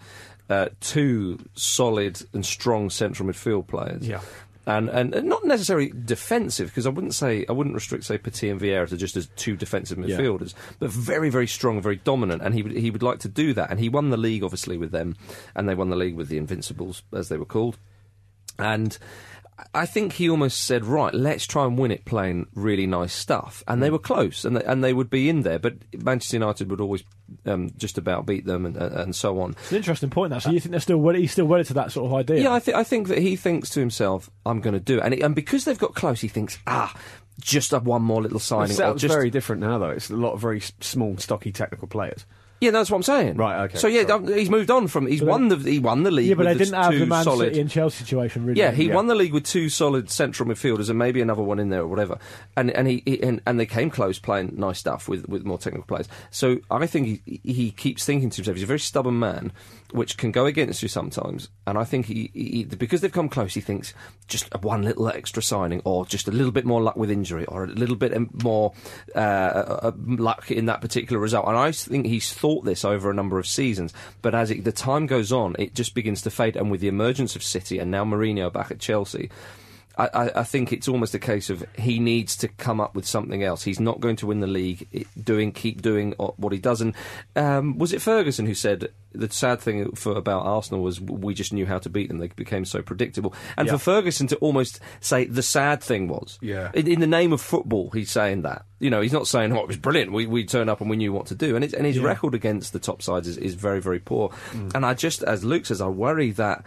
A: uh, two solid and strong central midfield players.
B: Yeah.
A: And, and and not necessarily defensive because I wouldn't say I wouldn't restrict say Petit and Vieira to just as two defensive
C: Yeah.
A: midfielders, but very very strong, very dominant, and he would, he would like to do that. And he won the league obviously with them, and they won the league with the Invincibles as they were called. And I think he almost said, right, let's try and win it playing really nice stuff. And they were close and they, and they would be in there, but Manchester United would always um, just about beat them and, and so on.
C: it's an interesting point. That so you think they're still wedded, he's still wedded to that sort of idea?
A: Yeah, I, th- I think that he thinks to himself, I'm going to do it. And, it. and because they've got close, he thinks, ah, just up one more little
B: The
A: signing. or
B: setup's
A: just
B: very different now, though. It's a lot of very s- small, stocky, technical players.
A: Yeah, that's what I'm saying.
B: Right, okay,
A: So yeah,
B: sorry.
A: th- he's moved on from. He's won the he won the league.
C: yeah, but
A: with
C: they didn't
A: the
C: have
A: two
C: the Man
A: solid.
C: City and Chelsea situation. Really,
A: yeah, he
B: Yeah.
A: won the league with two solid central midfielders and maybe another one in there or whatever. And and he, he and, and they came close playing nice stuff with, with more technical players. So I think he he keeps thinking to himself, he's a very stubborn man, which can go against you sometimes. And I think he, he because they've come close, he thinks just one little extra signing or just a little bit more luck with injury or a little bit um, more uh, uh, uh, luck in that particular result. And I s- think he's thought this over a number of seasons, but as it, the time goes on, it just begins to fade. And with the emergence of City and now Mourinho back at Chelsea. I, I, I think it's almost a case of he needs to come up with something else. He's not going to win the league i- doing keep doing o- what he does. And um, was it Ferguson who said the sad thing for about Arsenal was w- we just knew how to beat them. They became so predictable. And for Ferguson to almost say the sad thing was,
B: Yeah.
A: in, in the name of football, he's saying that. You know, he's not saying, "Oh, it was brilliant. We we turned up and we knew what to do." And it's, and his record against the top sides is, is very very poor. And I just, as Luke says, I worry that.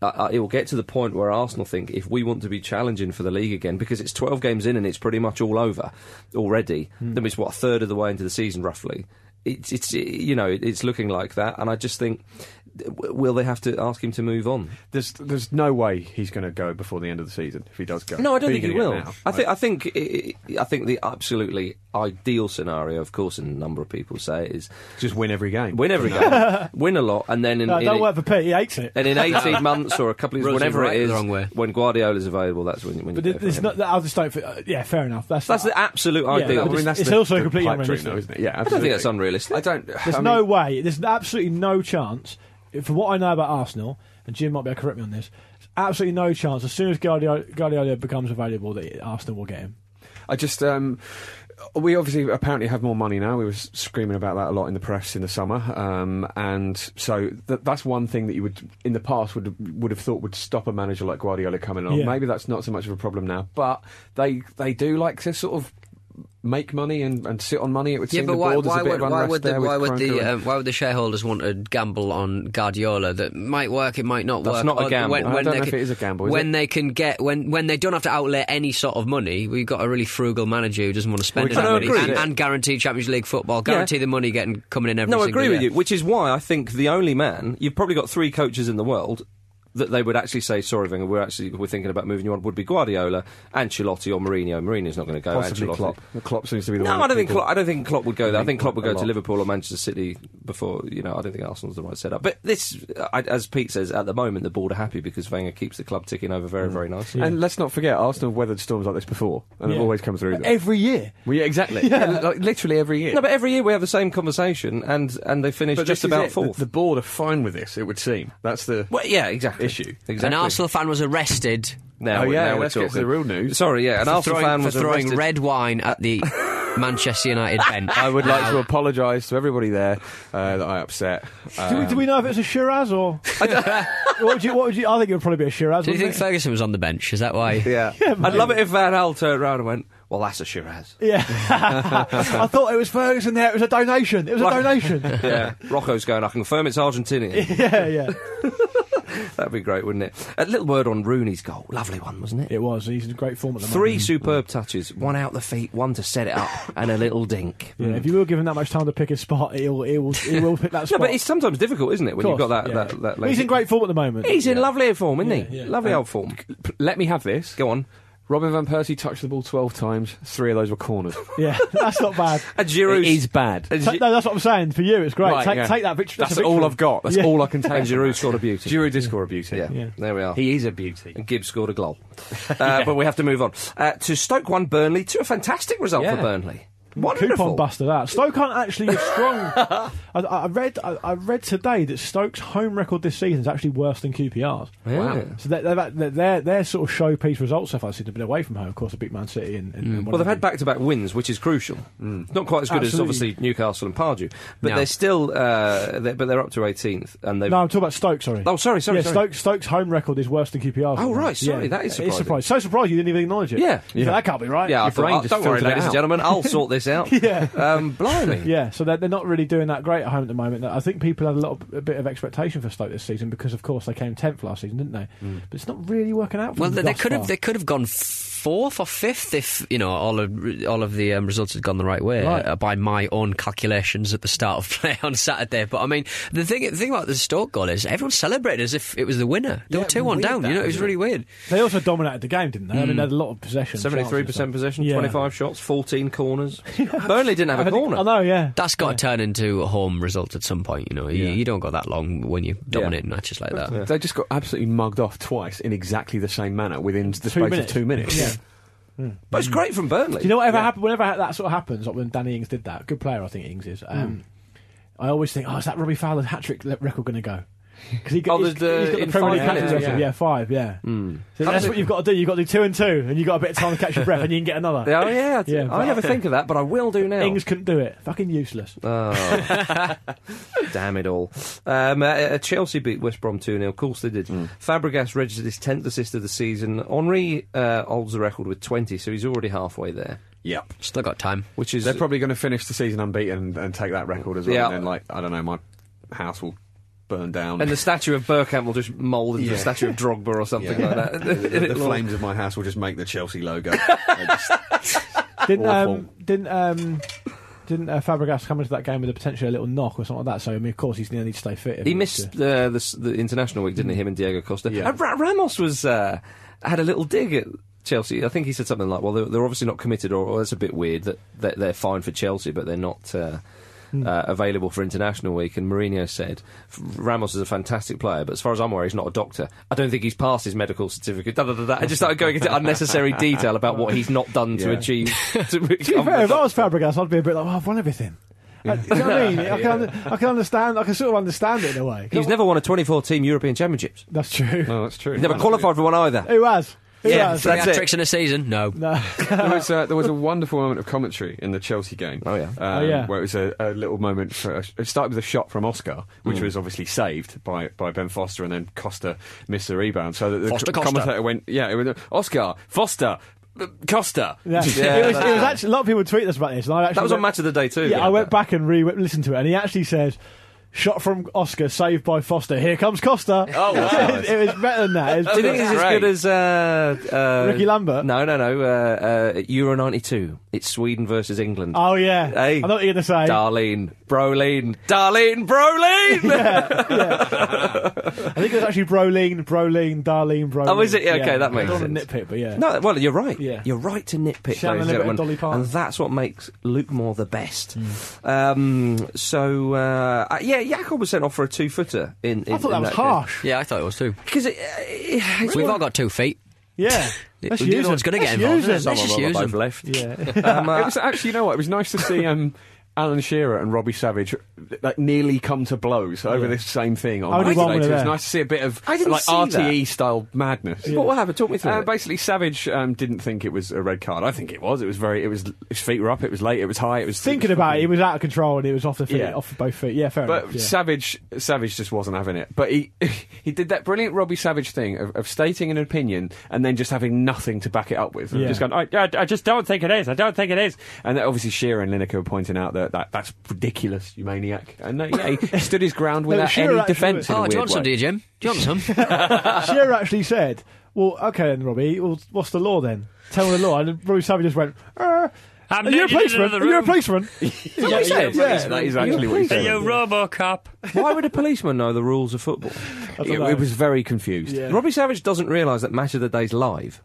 A: Uh, uh, it will get to the point where Arsenal think if we want to be challenging for the league again, because it's 12 games in and it's pretty much all over already, then it's what, a third of the way into the season roughly. it's it's you know it's looking like that, and I just think, w- will they have to ask him to move on?
B: There's there's no way he's going to go before the end of the season if he does go.
A: No, I don't
B: Who
A: think
B: are
A: he
B: you gonna
A: will.
B: get now?
A: I think I think i- I think the absolutely ideal scenario, of course, and a number of people say it, is
B: just win every game.
A: win every game, win a lot, and then in,
C: No,
A: in
C: don't
A: it-
C: work for Pete. He hates it.
A: and in eighteen months or a couple of years,
D: Rubs you
A: whenever
D: right
A: it is,
D: the wrong way.
A: when Guardiola's available, that's when. when
C: But
A: you
C: it-
A: go for
C: it's
A: him.
C: not. I just don't. Feel, uh, yeah, fair enough. That's
A: That's the absolute ideal.
C: but
A: I,
C: it's-
B: that's
C: it's
B: the-
C: also
B: the
C: completely
B: pipe dream,
C: unrealistic.
B: though, isn't it? Yeah,
A: don't
B: absolutely.
A: think that's unrealistic.
B: I don't.
C: There's
B: I mean,
C: no way. There's absolutely no chance. From what I know about Arsenal, and Jim might be able to correct me on this, there's absolutely no chance. As soon as Guardiola, Guardiola becomes available, that Arsenal will get him.
B: I just um, we obviously apparently have more money now. We were s- screaming about that a lot in the press in the summer, um, and so th- that's one thing that you would in the past would would have thought would stop a manager like Guardiola coming on.
C: Yeah.
B: Maybe that's not so much of a problem now, but they they do like to sort of. Make money and, and sit on money. It would
D: Yeah,
B: seem
D: but
B: the
D: why,
B: board is
D: why,
B: a bit
D: would,
B: of
D: why
B: unrest
D: would
B: there
D: the why
B: with
D: would the
B: Kroenke and-
D: um, why would the shareholders want to gamble on Guardiola? That might work, it might not
A: That's
D: work.
A: not a
D: Or
A: gamble.
B: I don't
D: they
B: know if
D: can-
B: it is a gamble, is
D: when
B: it?
D: they can get when when they don't have to outlay any sort of money, we've got a really frugal manager who doesn't want to spend
A: Which
D: any
A: I
D: money
A: agree
D: and,
A: with.
D: and guarantee Champions League football, guarantee the money getting coming in every.
A: no, I
D: single
A: agree with
D: year.
A: you. Which is why I think the only man you've probably got three coaches in the world that they would actually say, "Sorry, Wenger, we're actually we're thinking about moving you on." Would be Guardiola, Ancelotti, or Mourinho. Mourinho's not going to go.
D: um,
B: possibly
A: Ancelotti.
B: Klopp. Klopp seems to be the one.
A: No,
B: that
A: I don't think
B: people-
A: Klopp, I don't think Klopp would go there. I think Klopp would
B: quite
A: go to
B: a lot.
A: Liverpool or Manchester City before. You know, I don't think Arsenal's the right setup. But this, I, as Pete says, at the moment the board are happy because Wenger keeps the club ticking over
B: Mm.
A: very, very nicely.
B: And let's not forget, Arsenal have weathered storms like this before, and
C: Yeah.
B: have always come through. them.
C: Every year.
B: Well, yeah, exactly. Yeah, like, literally every year.
A: No, but every year we have the same conversation, and and they finish
B: But
A: just
B: this is
A: about
B: it.
A: fourth.
B: The, the board are fine with this, it would seem. That's the.
A: well, yeah, exactly.
B: Issue.
A: Exactly.
D: An Arsenal fan was arrested
A: Now,
B: Oh,
A: we're-
B: yeah,
A: now we're
B: let's get to
A: talking.
B: the real news.
A: Sorry, yeah, an
D: for
A: Arsenal
D: throwing,
A: fan
D: for
A: was
D: throwing
A: arrested.
D: red wine at the Manchester United bench.
B: I would like to apologise to everybody there uh, that I upset.
C: Do we, do
A: Um,
C: we know if it's a Shiraz or? what would you? What would you? I think it would probably be a Shiraz.
D: Do you
C: wouldn't
D: think Ferguson was on the bench? Is that why?
B: Yeah.
A: I'd love it if Van Hal turned around and went, "Well, that's a Shiraz."
C: it? Yeah. I thought it was Ferguson. There, it was a donation. It was a
A: Right.
C: donation.
A: Yeah, Rocco's going. I can confirm it's Argentinian.
C: yeah, yeah.
A: That'd be great, wouldn't it? A little word on Rooney's goal. Lovely one, wasn't it?
C: It was. He's in great form at the
A: Three
C: moment.
A: superb touches, one out the feet, one to set it up, and a little dink.
C: Yeah, if you were given that much time to pick a spot, he will. He will. He will pick that
A: Yeah,
C: spot.
A: but it's sometimes difficult, isn't it, when
C: Of
A: you've got
C: course,
A: that
C: yeah.
A: that, that
C: But He's in great form at the moment.
A: He's in lovely form, isn't he?
C: Yeah, yeah.
A: Lovely old form.
B: P- Let me have this.
A: Go on.
B: Robin Van Persie touched the ball 12 times, three of those were cornered.
C: Yeah, that's not bad.
A: A Giroud.
B: It is bad.
A: And
C: Ta-
A: Gi-
C: no, that's what I'm saying. For you, it's great.
B: Right,
C: take,
B: yeah.
C: take that victory.
B: That's
C: a victory.
B: all I've got. That's
C: Yeah.
B: all I can take.
A: and Giroud scored a beauty.
B: Giroud did score a beauty.
A: Yeah.
C: Yeah.
A: there we are.
B: He is a beauty.
A: and Gibbs scored a goal. Uh, But we have to move on. Uh, to Stoke 1, Burnley 2. A fantastic result for
B: Yeah.
A: Burnley.
C: Coupon
A: Wonderful.
C: buster that. Stoke aren't actually as strong. I, I read I, I read today that Stoke's home record this season is actually worse than QPR's.
A: Yeah.
B: Wow.
C: So they, they've, had- their their sort of showpiece results so far seem to have been away from home. Of course, they beat Man City and, and and
A: Mm. Well, they've had
C: whatever.
A: back to back wins, which is crucial. Not quite as good
C: Mm. Absolutely.
A: as obviously Newcastle and Pardew, but
D: No.
A: they're still. Uh, they're, but they're up to 18th, and they've
C: No, I'm talking about Stoke. Sorry.
A: Oh, sorry, sorry,
C: Yeah,
A: sorry.
C: Stoke's, Stoke's home record is worse than QPR's.
A: Oh, right, sorry, that is
C: It's
A: surprising.
C: surprising. So surprised you didn't even acknowledge it.
A: Yeah.
C: You thought, that can't be right.
A: Yeah, I
B: Your
A: thought,
B: brain
A: "Oh,
B: just
A: don't worry,
B: filtered it
A: ladies and
B: out."
A: gentlemen, I'll sort this out.
C: Yeah.
A: Um, blimey.
C: Yeah, so they're, they're not really doing that great at home at the moment. I think people had a little a bit of expectation for Stoke this season because, of course, they came tenth last season, didn't they? But it's not really working out. For
D: Well,
C: them
D: they, they
C: thus
D: could have
C: far.
D: they could have gone fourth or fifth if you know all of all of the um, results had gone the right way
C: Right.
D: uh, by my own calculations at the start of play on Saturday. But I mean, the thing the thing about the Stoke goal is everyone celebrated as if it was the winner. They
B: Yeah,
D: were two
B: weird
D: one down.
B: that,
D: you know, it was
B: isn't it?
D: really weird.
C: They also dominated the game, didn't they? I mean, they had a lot of possession.
A: Seventy-three
C: chances, so-
A: percent possession,
C: Yeah.
A: twenty-five shots, fourteen corners. Burnley didn't have
C: I
A: a
C: think- I
A: corner.
C: know, yeah.
D: That's got to turn into a home result at some point. You know, you, you don't go that long when you dominate matches like that.
B: They just got absolutely mugged off twice in exactly the same manner within the space
C: minutes.
B: of two minutes.
C: Yeah.
A: But it's great from
C: Do
A: Burnley.
C: you know whatever happened? Whenever that sort of happens, like when Danny Ings did that, good player, I think Ings is. Um, I always think, oh, is that Robbie Fowler's hat trick le- record going to go? Because he, got-
A: Oh,
C: he's,
A: the- the-
C: he's got
A: in
C: the Premier
A: five
C: League catches
A: minutes,
C: record.
A: yeah.
C: Yeah. five, yeah. So that's what you've got to do. You've got to do two and two, and you've got a bit of time to catch your breath, and you can get another.
A: Yeah, Oh yeah,
C: Yeah,
A: I
C: but-
A: never think of that, but I will do now.
C: Ings couldn't do it. Fucking useless.
A: Oh. Damn it all. Um, uh, uh, Chelsea beat West Brom 2 0. Of course they did.
B: Hmm.
A: Fabregas registered his 10th assist of the season. Henri uh, holds the record with 20, so he's already halfway there,
B: Yep.
D: Still got time.
A: which is.
B: They're probably going to finish the season unbeaten and, and take that record as well.
A: Yeah.
B: And then, like, I don't know, my house will burn down.
A: and the statue of Burkamp will just mould into
B: Yeah.
A: a statue of Drogba or something like that.
B: the, flames of my house will just make the Chelsea logo. They're just-
C: Didn't
B: Awful.
C: um, didn't um, Didn't uh, Fabregas come into that game with a potentially a little knock or something like that? So I mean, of course, he's going to need to stay fit. if
A: He
C: wants
A: missed
C: to.
A: uh, the, s- the international week, didn't he? Him and Diego Costa.
C: Yeah.
A: And Ra- Ramos was uh, had a little dig at Chelsea. I think he said something like, "Well, they're, they're obviously not committed, or, or that's a bit weird that, that they're fine for Chelsea, but they're not." Uh,
C: Hmm.
A: uh, available for international week, and Mourinho said "F- Ramos is a fantastic player, but as far as I'm aware, he's not a doctor. I don't think he's passed his medical certificate. Da, da, da, da. I just started going into unnecessary detail about what he's not done to
B: Yeah.
A: achieve. To
C: To be
A: become
C: fair,
A: a
C: if I was
A: doctor.
C: Fabregas, I'd be a bit like, well, I've won everything. Uh, you know what I mean? I, can, I can understand. I can sort of understand it in a way.
A: He's never won a 24 team European Championships.
C: That's true.
B: No, that's true.
A: He's never qualified for one either.
C: Who has? Who
A: Yeah,
C: has?
A: so-
D: Three
A: That's it.
D: hat-tricks in a season? No.
C: no.
B: there was a, there was a wonderful moment of commentary in the Chelsea game.
A: Oh, yeah.
B: um,
C: Oh, yeah.
B: Where it was a, a little moment for a, it started with a shot from Oscar, which was obviously saved by, by Ben Foster, and then Costa missed the rebound. So that the
D: Foster,
B: co-
D: Costa.
B: commentator went, yeah, it was, uh, Oscar Foster. uh, Costa.
C: Yeah. it was, it was actually a lot of people tweet us about this, and I actually
A: That was on
C: went-
A: Match of the Day too.
C: Yeah, I went back and re listened to it, and he actually said, "Shot from Oscar, saved by Foster. Here comes Costa."
B: Oh, wow.
C: it, was better than that. It was
A: Do you think it's
C: better.
A: as
B: Great.
A: good as uh, uh,
C: Ricky Lambert?
A: No, no, no. Uh, uh, Euro '92. It's Sweden versus England.
C: Oh yeah,
A: Hey.
C: I know what you're gonna say.
A: Darlene, Broline, Darlene, Broline.
C: I think it was actually Broline, Broline, Darlene, Broline.
A: Oh, is it? Yeah, okay, that makes
C: I don't want
A: sense.
C: to nitpick, but yeah.
A: No, well, you're right.
C: Yeah.
A: You're right to nitpick,
C: Shannon
A: ladies
C: Liberty
A: and
C: and Dolly
A: gentlemen.
C: Parton. Hmm.
A: and that's what makes Luke Moore the best. Um, so, uh, uh, yeah, Jakob was sent off for a two-footer in, in
C: I thought
A: in
C: that was harsh.
D: Yeah, I thought it was too.
A: Because it, uh, it's
D: We've all got two feet.
C: Yeah, let's
D: Neither
C: use
D: one's
C: them.
D: gonna get
C: Let's
D: involved,
C: use
D: is
C: them.
D: Let's just
A: Some of
D: use
A: them are
D: them.
A: both left.
C: Yeah,
A: Um, uh,
B: It was actually, you know what? It was nice to see um, Alan Shearer and Robbie Savage like nearly come to blows over this same thing. On
C: Only
B: Match of
C: one
B: the Day
C: was
B: too. It's
C: there.
B: nice to see a bit of
A: I didn't
B: like
A: see
B: RTE style madness.
A: What, what happened? Talk me through
B: Uh,
A: it.
B: basically, Savage um, didn't think it was a red card. I think it was. It was very. It was his feet were up. It was late. It was high. It was
C: thinking about it, he was out of control and he was off the feet,
B: Yeah.
C: off both feet. Yeah, fair
B: But
C: enough. yeah.
B: Savage, Savage just wasn't having it. But he he did that brilliant Robbie Savage thing of, of stating an opinion and then just having nothing to back it up with. And
C: Yeah.
B: Just going, I, I, I just don't think it is. I don't think it is. And then obviously Shearer and Lineker were pointing out that, that that's ridiculous, you maniac. And they, yeah, he stood his ground without
C: Shearer
B: any
C: actually
B: defence.
C: was-
B: in a
D: Oh, do
B: weird
D: you want some,
B: way.
D: do you, Jim? Do you want some?
C: Shearer actually said, "Well, okay then, Robbie. Well, what's the law then? Tell me the law." And Robbie Savage just went, "Er,
D: I'm
C: "Are you a
D: naked in
C: policeman?
D: another
C: Are you a
D: room."
C: policeman?"
B: Yeah,
C: said.
B: yeah,
C: Yeah.
B: that is actually what he said.
D: Robocop?
A: Why would a policeman know the rules of football?
C: I don't
B: It,
C: know.
B: it was very confused.
C: Yeah.
A: Robbie Savage doesn't realise that Match of the Day's live.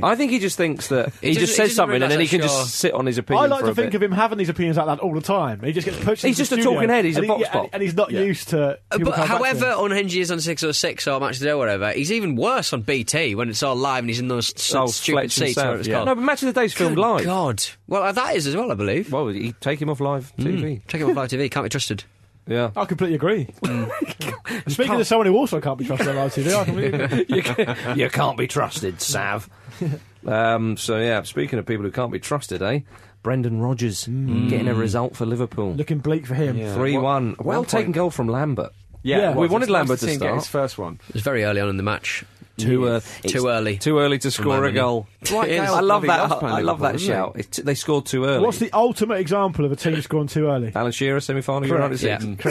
A: I think he just thinks that he,
D: doesn't-
A: just
D: he
A: says
D: doesn't
A: something and then he
D: realise
A: can
D: that, sure.
A: just sit on his opinion.
C: I like
A: for
C: to
A: a
C: think
A: bit.
C: of him having these opinions like that all the time. He just gets pushed.
A: He's
C: into
A: just
C: the
A: a
C: studio,
A: talking head, he's a
C: and he-
A: box Uh,
C: yeah,
A: pop.
C: and he's not
B: Yeah.
C: used to. people coming
D: But
C: back to
D: however,
C: him.
D: on Hinge he is on 606 or Match of the Day or whatever, he's even worse on BT when it's all live and he's in those s-
A: Oh,
D: stupid
A: Fletch and
D: seats. or whatever
A: South,
D: it's
A: yeah.
D: called.
A: No, but Match of the Day's filmed live.
D: God. Well, uh, that is as well, I believe.
A: Well, he take him off live TV.
D: Check it off live TV. Can't be trusted.
A: Yeah.
C: I completely agree. Speaking of someone who also can't be trusted on live TV, I completely agree.
A: you, can, you can't be trusted, Sav. um, so, yeah, speaking of people who can't be trusted, eh? Brendan Rodgers getting a result for Liverpool.
C: looking bleak for him.
A: 3 1. Well,
B: well
A: taken
B: point.
A: goal from Lambert.
B: Yeah,
C: Yeah.
B: it
C: We
B: was.
A: wanted
B: It's nice
A: Lambert to
B: see him get
A: start.
B: his first one.
D: It was very early on in the match.
A: Too, ear-
D: Too
A: it's
D: early.
A: Too early to score a
D: reminded me.
A: goal.
D: Dwight Gale
A: I love
B: bloody
A: that.
B: loves playing
A: I love
B: Liverpool,
A: that
B: doesn't he?
A: shout. It, they scored too early.
C: What's the ultimate example of a team scoring too early?
A: Alan Shearer semi final United
D: Yeah.
A: season.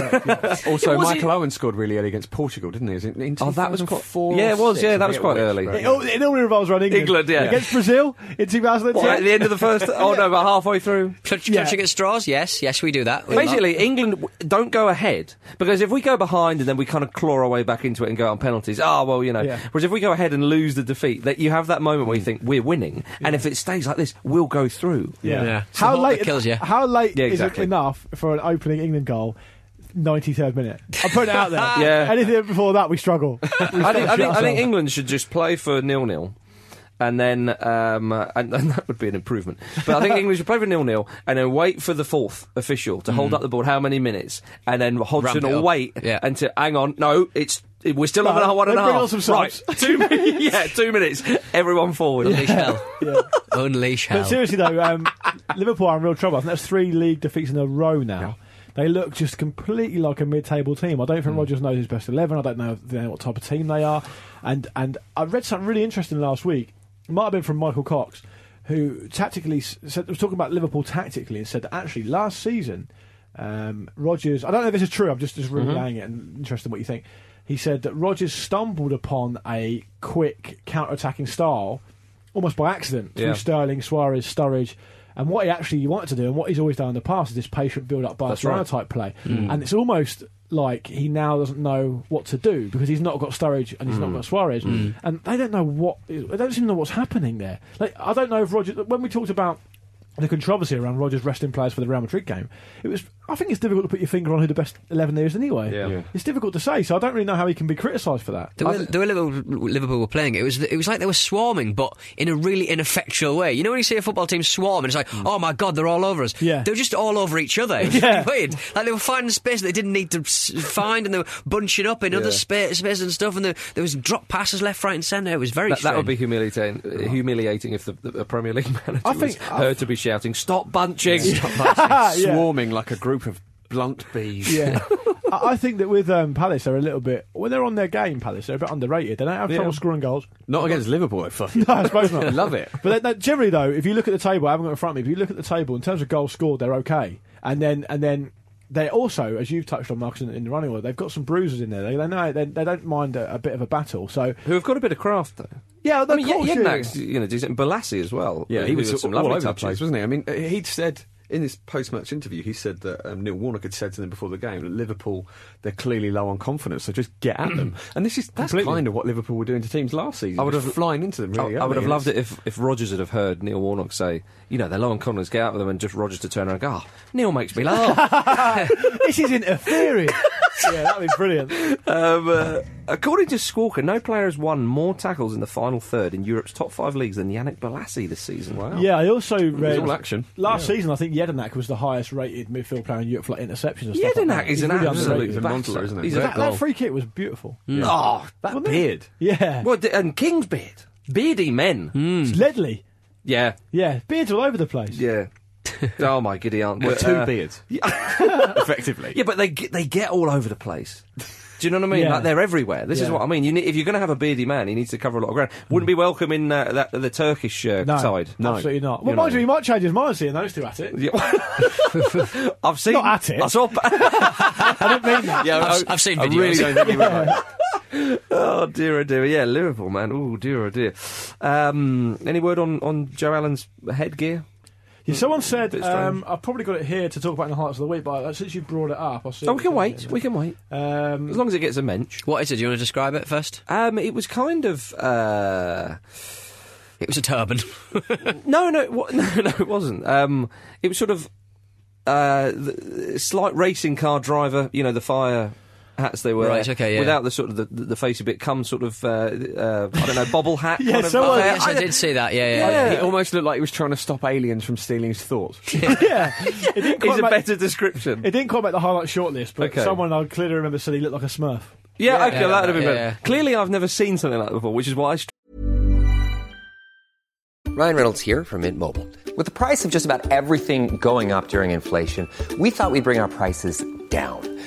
B: Also,
A: It was-
B: Michael Owen scored really early against Portugal, didn't he? Is it in
A: Oh, that was quite-
B: 2004
A: yeah, it was,
B: six,
A: yeah,
B: I
A: that was
B: forget
A: quite
B: which,
A: early.
B: but-
C: It, all, it only revolves around England.
A: England, yeah.
C: Against Brazil in 2010.
A: What, at the end of the first? Oh no, about halfway through.
D: Clutch,
C: Yeah.
D: Clutching at straws? Yes, yes, we do that. We love-
A: Basically, England w- don't go ahead because if we go behind and then we kind of claw our way back into it and go on penalties, ah, well, you know.
C: Yeah.
A: Whereas if we go ahead and lose the defeat, that you have that moment where you think we're winning, and if it stays like this, we'll go through.
C: Yeah.
D: Yeah. It's the
C: How
D: hope
C: late?
D: that kills you.
C: How late
A: Yeah,
C: is it
A: exactly.
C: enough for an opening England goal? 93rd minute. I'm putting it out there.
A: Yeah.
C: Anything before that, we struggle. We
A: I
C: struggle
A: think, I, think, I think
C: ourselves.
A: England should just play for nil nil. And then, um, uh, and, and that would be an improvement. But I think England should play for nil nil, and then wait for the fourth official to
C: Mm.
A: hold up the board. How many minutes? And then Hodgson
D: Ramp it
A: will
D: up.
A: wait
D: Yeah.
A: until. Hang on, no, it's we're still on
C: No,
A: our one and a
C: then bring
A: half.
C: on some subs.
A: right, two, mi- yeah, two minutes. Everyone forward.
D: Unleash hell. Unleash
C: But
D: hell.
C: seriously though, um, Liverpool are in real trouble. I think that's three league defeats in a row now. They look just completely like a mid-table team. I don't think Rogers knows his best eleven. I don't know, they know what type of team they are. And and I read something really interesting last week. It might have been from Michael Cox, who tactically s- said was talking about Liverpool tactically and said that actually last season, um, Rogers. I don't know if this is true. I'm just just relaying it and interested in what you think. He said that Rogers stumbled upon a quick counter-attacking style almost by accident through
A: Yeah.
C: Sterling, Suarez, Sturridge, And what he actually wanted to do, and what he's always done in the past, is this patient build-up Barcelona
A: right. Mm.
C: type play. And it's almost like he now doesn't know what to do because he's not got Sturridge and he's
A: Mm.
C: not got Suarez, and they don't know what. They don't even know what's happening there. Like I don't know if Roger. When we talked about the controversy around Rogers resting players for the Real Madrid game, it was. I think it's difficult to put your finger on who the best eleven is anyway.
A: Yeah. Yeah.
C: It's difficult to say, so I don't really know how he can be criticised for that.
D: The way, the way Liverpool, Liverpool were playing, it was it was like they were swarming, but in a really ineffectual way. You know when you see a football team swarm, and it's like, oh my god, they're all over us.
C: Yeah.
D: they were just all over each other. It was
C: Yeah.
D: really weird. Like they were finding space that they didn't need to s- find, and they were bunching up in other space, spaces and stuff. And there, there was drop passes left, right, and centre. It was very.
A: That, that would be
D: strange.
A: humiliating. Humiliating if the, the a uh, Premier League manager
C: I
A: was
C: think-
A: heard to be shouting, "Stop bunching!"
C: Yeah.
B: Swarming like a group of blunt bees.
C: Yeah. I I think that with um, Palace, they're a little bit. When they're on their game, Palace, they're a bit underrated. They don't have trouble scoring goals.
B: Not against Liverpool, I fucking
C: No, I suppose not.
B: love it.
C: But they, they- generally, though, if you look at the table, I haven't got it in front of me, but if you look at the table, in terms of goals scored, they're okay. And then, and then they also, as you've touched on, Marcus, in, in the running order, they've got some bruises in there. They, they know they, they don't mind a, a bit of a battle. So,
A: Who have got a bit of craft though.
C: yeah,
A: I
C: of
A: mean,
C: course,
A: yeah,
C: yeah.
A: Yedlin's, you know, decent. Balassi as well.
B: Yeah, he
A: Who
B: was
A: had some
B: all
A: lovely
B: over the
A: touches.
B: place, wasn't he? I mean, uh, he'd said in his post-match interview, he said that um, Neil Warnock had said to them before the game that Liverpool they're clearly low on confidence, so just get at them. And this is that's
C: Completely.
B: kind of what Liverpool were doing to teams last season.
A: I would
B: just
A: have-
B: flying into them. Really,
A: I, I
B: aren't
A: would
B: they?
A: have loved it if, if Rogers would have heard Neil Warnock say, you know, they're low on confidence, get out with them, and just Rogers to turn around and go, oh, Neil makes me laugh.
C: this is interfering. yeah, that'd be brilliant.
A: um, uh, according to Squawker, no player has won more tackles in the final third in Europe's top five leagues than Yannick Balassi this season. Wow.
C: Yeah, I also
B: It's
C: read.
B: all action.
C: Last season, I think Jedinak was the highest rated midfield player in Europe for like, interceptions and stuff. like
A: Yedinak
C: that.
A: is
C: He's
A: an
C: really
A: absolute
C: underrated.
B: He's a monster, isn't he?
A: He's a
C: That, that free kick was beautiful.
A: Oh,
B: that
C: Wasn't it?
B: beard.
C: Yeah.
A: well, d- and King's beard. Beardy men.
C: It's Ledley.
A: Yeah,
C: Yeah, beards all over the place.
A: yeah. oh, my giddy aunt.
B: Well,
A: But,
B: two
A: uh,
B: beards, effectively.
A: Yeah, but they get, they get all over the place. Do you know what I mean?
C: Yeah.
A: Like they're everywhere. This is
C: Yeah.
A: what I mean. You need, if you're going to have a beardy man, he needs to cover a lot of ground. Wouldn't be welcome in uh, that, the Turkish uh,
C: No,
A: side.
C: absolutely not. Well,
A: You're
C: mind you, he might change his mind seeing those two at it.
A: Yeah. I've seen.
C: Not at it.
A: I saw.
C: I didn't mean that.
A: yeah,
D: I've, I've seen
B: I
D: videos.
B: really don't think he would like that.
A: oh dear, oh dear. Yeah, Liverpool man. Oh dear, oh dear. Um, any word on on Joe Allen's headgear?
C: Yeah, Someone said,
A: Bit
C: um, I've probably got it here to talk about in the highlights of the week, but uh, since you brought it up, I'll see.
A: Oh,
C: if
A: we can
C: it's
A: wait.
C: in
A: We can wait
C: there. Um,
A: as long as it gets a mensch.
D: What is it? Do you want to describe it first?
A: Um, it was kind of. Uh,
D: It was a turban.
A: No, no, it wa- no, no, it wasn't. Um, it was sort of uh, the, slight racing car driver. You know, the fire hats they wear.
D: Right, okay, yeah.
A: Without the sort of the, the face a bit, come sort of uh, uh, I don't know, bobble hat.
C: Yeah,
A: kind of,
C: someone-
D: oh,
C: Well,
D: yes, I,
A: I-
D: did see that. Yeah, yeah.
A: Yeah.
B: He almost looked like he was trying to stop aliens from stealing his thoughts.
A: Oh,
C: Um, yeah. It didn't,
A: Is
C: quite
A: a
C: make,
A: better description.
C: it didn't quite make the highlight shortlist, but
A: Okay.
C: someone I clearly remember said he looked like a smurf.
A: yeah, okay,
D: yeah,
A: that'd have been
D: yeah,
A: better.
D: yeah.
A: Clearly, I've never seen something like that before, which is why I
E: Ryan Reynolds here from Mint Mobile. With the price of just about everything going up during inflation, we thought we'd bring our prices down.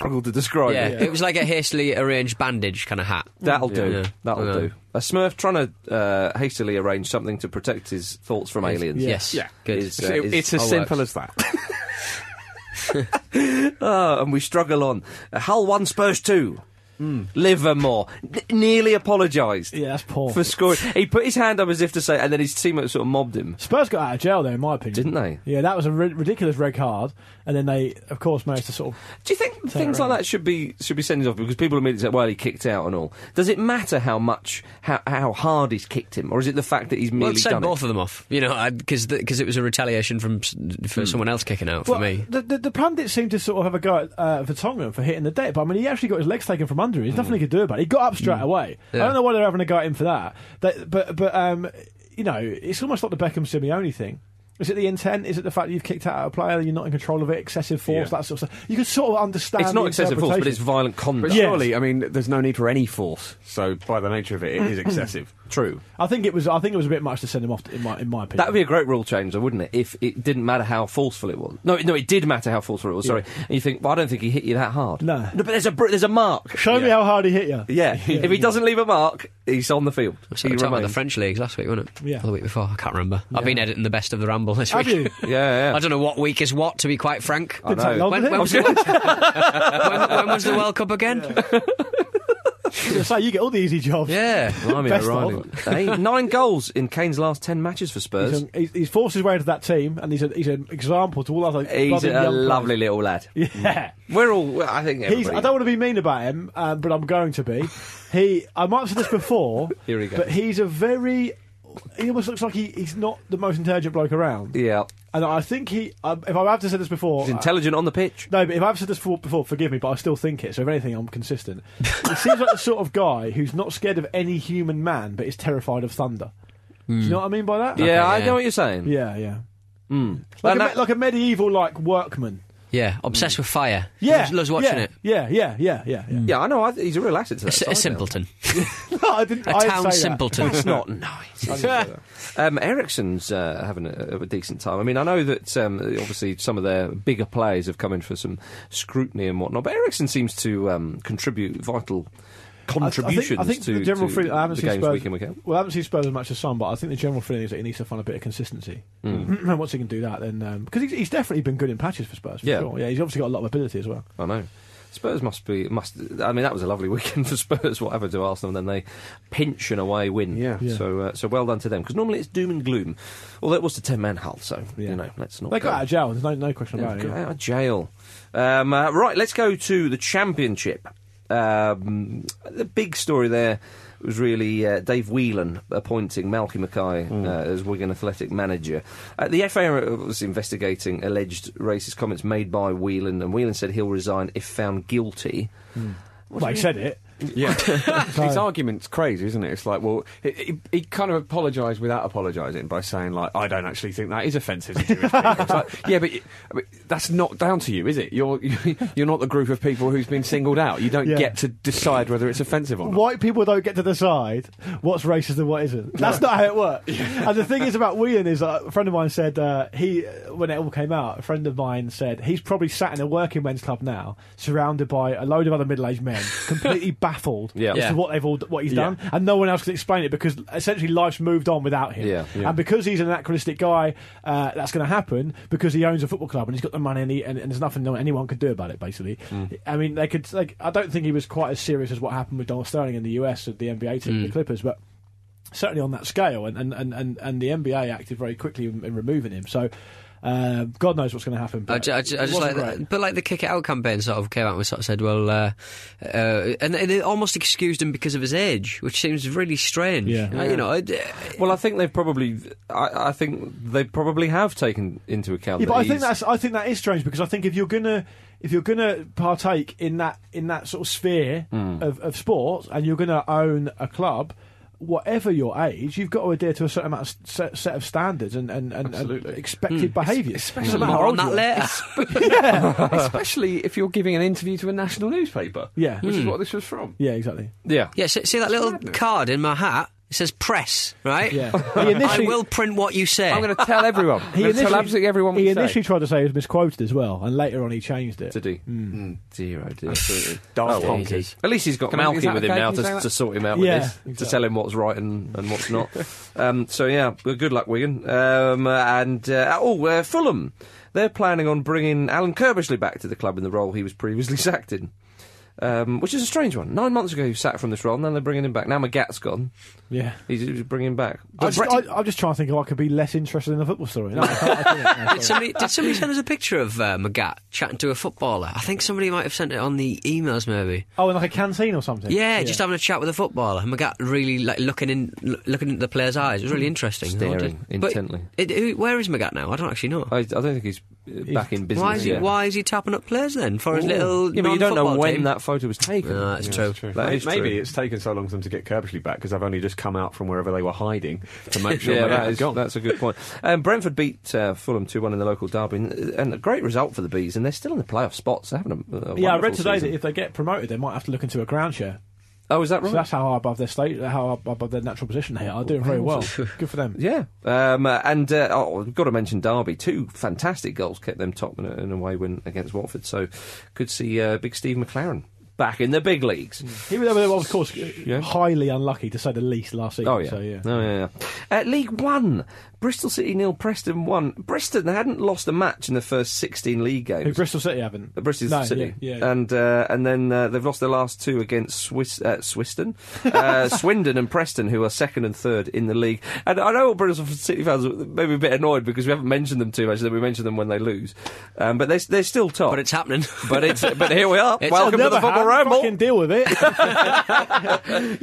A: Struggle to describe
D: yeah,
A: it.
D: it was like a hastily arranged bandage kind of hat.
A: That'll do.
D: Yeah.
A: That'll
D: Yeah.
A: do. A Smurf trying to uh, hastily arrange something to protect his thoughts from aliens.
D: Yes.
B: Yeah.
D: Good.
A: Is, uh,
B: So
A: is-
B: it's as
D: all
B: simple
D: works.
B: as that.
A: Ah, and we struggle on. Uh, Hull one, Spurs two. Livermore N- nearly apologised
C: Yeah, that's poor.
A: for scoring. He put his hand up as if to say, and then his teammate sort of mobbed him.
C: Spurs got out of jail there, in my opinion.
A: Didn't they?
C: Yeah, that was a ri- ridiculous red card, and then they, of course, managed to sort of.
A: Do you think things
C: around.
A: like that should be should be sending off because people immediately say, "Well, he kicked out and all." Does it matter how much how, how hard he's kicked him, or is it the fact that he's
D: Well,
A: merely
D: it sent
A: done
D: both
A: it?
D: of them off, you know, because because it was a retaliation from s- for someone else kicking out for
C: Well,
D: me.
C: the, the, the pundits seemed to sort of have a go at uh, Vertonghen for hitting the deck, but I mean, he actually got his legs taken from under him. There's nothing he
A: Hmm.
C: could do about it. He got up straight away. I don't know why they're having a go at him for that. They, but, but um, you know, it's almost like the Beckham Simeone thing. Is it the intent? Is it the fact that you've kicked out a player, you're not in control of it, excessive force, that sort of stuff? You could sort of understand.
A: It's not
C: the
A: excessive force, but it's
C: interpretation.
A: violent
B: But
A: conduct.
C: Yeah.
B: surely, I mean, there's no need for any force. So by the nature of it, it is excessive.
A: True.
C: I think it was. I think it was a bit much to send him off. In my, in my opinion,
A: That would be a great rule change, though, wouldn't it? If it didn't matter how forceful it was. No, no, it did matter how forceful it was. Sorry, and you think, well, I don't think he hit you that hard.
C: No.
A: but there's a br- there's a mark.
C: Show me how hard he hit you.
A: Yeah, if he doesn't leave a mark, he's on the field.
D: So
A: He
D: we were talking about
A: remains.
D: the French leagues last week, wasn't it?
C: Yeah.
D: Or the week before, I can't remember. I've been editing the best of the ramble this
C: Have
D: week.
C: you?
A: Yeah, yeah.
D: I don't know what week is what, to be quite frank.
A: I
C: Didn't take
A: know.
C: long,
D: When,
C: did it?
D: when was the World- when- when was the World Cup again?
C: so you get all the easy jobs.
D: Yeah.
A: Blimey,
C: Best
A: O'Reilly. Eight- nine goals in Kane's last ten matches for
C: He's,
A: Spurs.
C: um, he's, he's forced his way into that team, and he's, a, he's an example to all other.
A: He's
C: bloody
A: a
C: young
A: lovely little lad.
C: players. Yeah,
A: We're all. I think
C: he's.
A: Mm. everybody.
C: I don't want to be mean about him, um, but I'm going to be. He. I might have said this before.
A: Here we go.
C: But he's a very. He almost looks like he, he's not the most intelligent bloke around.
A: Yeah,
C: And I think he. I, if I have to say this before, uh,
A: he's intelligent on the pitch.
C: No, but if I've said this before, before, forgive me, but I still think it. So if anything, I'm consistent. He seems like the sort of guy who's not scared of any human man, but is terrified of thunder. Do you know what I mean by that?
A: Hmm. yeah, I
D: yeah.
A: know what you're saying. Hmm.
C: yeah, yeah. Like,
A: And
C: a,
A: that-
C: me- like a medieval like workman.
D: Yeah. Obsessed with fire.
C: Yeah,
D: Loves, loves watching
C: yeah,
D: it.
C: Yeah, yeah, yeah, yeah. yeah.
A: yeah, I know. I, he's a real asset to
D: A,
A: that.
D: s- a
A: side now.
D: simpleton.
C: No, I didn't.
D: A
C: I didn't say
D: town
C: that.
D: simpleton.
A: It's not nice. um, Ericsson's uh, having a, a decent time. I mean, I know that um, obviously some of their bigger players have come in for some scrutiny and whatnot, but Ericsson seems to um, contribute vital
C: I th- I think-
A: contributions
C: I think
A: to,
C: the general
A: to
C: feeling. I haven't
A: the
C: seen
A: games
C: Spurs.
A: week in week out.
C: Well, I haven't seen Spurs as much as some, but I think the general feeling is that he needs to find a bit of consistency.
A: Hmm.
C: and once he can do that, then because he's, he's definitely been good in patches for Spurs. For
A: Yeah.
C: sure. yeah. He's obviously got a lot of ability as well.
A: I know. Spurs must be must. I mean, that was a lovely weekend for Spurs. What happened to Arsenal? And then they pinch an away win.
B: Yeah.
C: Yeah.
A: So uh, so well done to them because normally it's doom and gloom. Although it was the ten man hull, so
C: Yeah.
A: you know let's not.
C: They
A: go-
C: got out of jail. There's no no question
A: Oh, Yeah,
C: about it.
A: got
C: yeah.
A: out of jail. Um, uh, right, let's go to the championship. Um, the big story there was really uh, Dave Whelan appointing Malky Mackay uh, as Wigan Athletic manager. Uh, the FA was investigating alleged racist comments made by Whelan, and Whelan said he'll resign if found guilty.
C: Well, he said it.
B: Yeah, his argument's crazy, isn't it? It's like, well, he, he, he kind of apologised without apologising by saying, like, I don't actually think that is offensive to Jewish people. It's like, yeah, but y- I mean, that's not down to you, is it? You're you're not the group of people who's been singled out. You don't
C: Yeah.
B: get to decide whether it's offensive or not.
C: White people don't get to decide what's racist and what isn't. That's not how it works. And the thing is about Whelan is uh, a friend of mine said uh, he when it all came out. A friend of mine said he's probably sat in a working men's club now, surrounded by a load of other middle-aged men, completely baffled
B: Yeah.
C: as
D: Yeah.
C: to what they've all what he's
B: Yeah.
C: done, and no one else can explain it because essentially life's moved on without him.
B: Yeah, yeah.
C: And because he's an anachronistic guy, uh, that's going to happen because he owns a football club and he's got the money and, he, and, and there's nothing no- anyone could do about it. Basically,
D: Mm.
C: I mean, they could. Like, I don't think he was quite as serious as what happened with Donald Sterling in the US with the NBA team,
D: Mm.
C: the Clippers, but certainly on that scale, and and, and, and, and the NBA acted very quickly in, in removing him. So. Uh, God knows what's going to happen.
D: I
C: But
D: ju- I ju- I
C: it
D: just like
C: wasn't
D: that.
C: great.
D: But like the kick it out campaign sort of came out and sort of said, well, uh, uh, and they they almost excused him because of his age, which seems really strange.
C: Yeah.
D: Uh, You know, it,
A: Well, I think they've probably. I, I think they probably have taken into account.
C: Yeah,
A: that
C: but I think
A: he's-
C: that's I think that is strange because I think if you're gonna if you're gonna partake in that in that sort of sphere of, of sports and you're gonna own a club, whatever your age, you've got to adhere to a certain amount of set, set of standards and and, and, and expected behaviour. Especially
D: uh, more on that later.
B: Especially if you're giving an interview to a national newspaper.
C: Yeah.
B: Which is what this was from.
C: Yeah, exactly.
A: Yeah.
D: Yeah, see, see that little card in my hat? It says press, right?
C: Yeah. He
D: I
C: initially-
D: will print what you say.
B: I'm going to tell everyone. I'm
C: He
B: going to tell
C: initially-
B: absolutely everyone what
C: He
B: you say.
C: initially tried to say he was misquoted as well, and later on he changed it.
A: Did he? Mm. Dear, oh dear.
B: Daft
A: Oh,
B: Punk.
D: Jesus.
A: At least he's got
B: Can I- is
A: Malky
B: that
A: with him
B: okay?
A: now
B: Can you say
A: to,
B: that?
A: to sort him out
C: Yeah,
A: with this, to
C: exactly.
A: tell him what's right and, and what's not. um, so, yeah, well, good luck, Wigan. Um, uh, and, uh, oh, uh, Fulham. They're planning on bringing Alan Kirbishley back to the club in the role he was previously sacked in. Um, which is a strange one. Nine months ago, he was sacked from this role, and then they're bringing him back. Now McGat's gone.
C: Yeah.
A: He's, he's bringing him back.
C: I just, I, I'm just trying to think if I could be less interested in the football story. No, I can't, I couldn't. No, sorry.
D: Did somebody, did somebody send us a picture of uh, Magat chatting to a footballer? I think somebody might have sent it on the emails, maybe.
C: oh, in like a canteen or something.
D: Yeah, just having a chat with a footballer. And Magat really like looking in, l- looking into the player's eyes. It was really interesting.
A: Staring
D: But
A: intently.
D: it- who- where is Magat now? I don't actually know.
A: I, I don't think he's uh, back in business
D: why is he?
A: yet.
D: Why is he tapping up players then for his
A: Ooh.
D: little?
A: yeah, but you don't know
D: non-football
A: when
D: team?
A: that photo was taken.
D: No, that's true.
A: That
B: May-
A: is
B: Maybe
A: true.
B: it's taken so long for them to get Kirbishley back because they've only just come out from wherever they were hiding to make sure
A: yeah,
B: they
A: that
B: had
A: is,
B: gone.
A: that's a good point. Um, Brentford beat uh, Fulham 2 1 in the local derby, and, and a great result for the Bees, and they're still in the playoff spots. They're having a, a
C: Yeah, I
A: wonderful
C: read today
A: season.
C: that if they get promoted, they might have to look into a ground share.
A: Oh, is that right?
C: So that's how high above their state, how high above their natural position they are. Doing very well. Good for them.
A: yeah, um, uh, and uh, oh, we've got to mention Derby. Two fantastic goals kept them top in a, in a away win against Watford. So could see uh, big Steve McLaren back in the big leagues.
C: He was, well, of course, highly unlucky to say the least last season.
A: Oh yeah,
C: So, yeah.
A: Oh, yeah, yeah. Uh, League One, Bristol City nil, Preston one. Bristol hadn't lost a match in the first sixteen league games.
C: Who Bristol City haven't.
A: Uh, Bristol
C: no,
A: City,
C: Yeah, yeah.
A: and uh, and then uh, they've lost their last two against Swiss, uh, Swiston, uh, Swindon, and Preston, who are second and third in the league. And I know Bristol City fans are maybe a bit annoyed because we haven't mentioned them too much. That we mention them when they lose, um, but they're, they're still top.
D: But it's happening.
A: but it's but here we are.
D: It's
A: Welcome to
C: Never
A: the football
C: had,
A: ramble.
C: Fucking deal with it.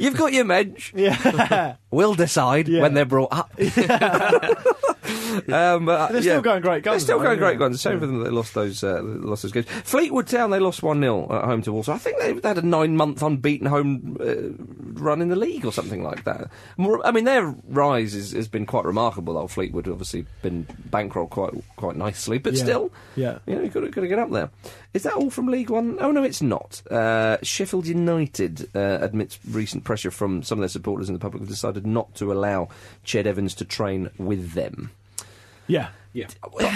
A: You've got your mensch.
C: yeah.
A: We'll decide
C: Yeah.
A: when they're brought up. um, uh,
C: They're still going great guns,
A: They're still
C: though,
A: going great
C: yeah.
A: guns. Shame for them that they lost those uh, lost those games. Fleetwood Town they lost one 0 at home to Walsall. I think they they had a nine month unbeaten home uh, run in the league or something like that. More, I mean, their rise is, has been quite remarkable. Though Fleetwood obviously been bankrolled quite quite nicely, but
C: Yeah.
A: still,
C: Yeah.
A: you know, you've got to, got to get up there. Is that all from League One? Oh, no, it's not. Uh, Sheffield United uh, admits recent pressure from some of their supporters in the public have decided not to allow Ched Evans to train with them.
C: Yeah.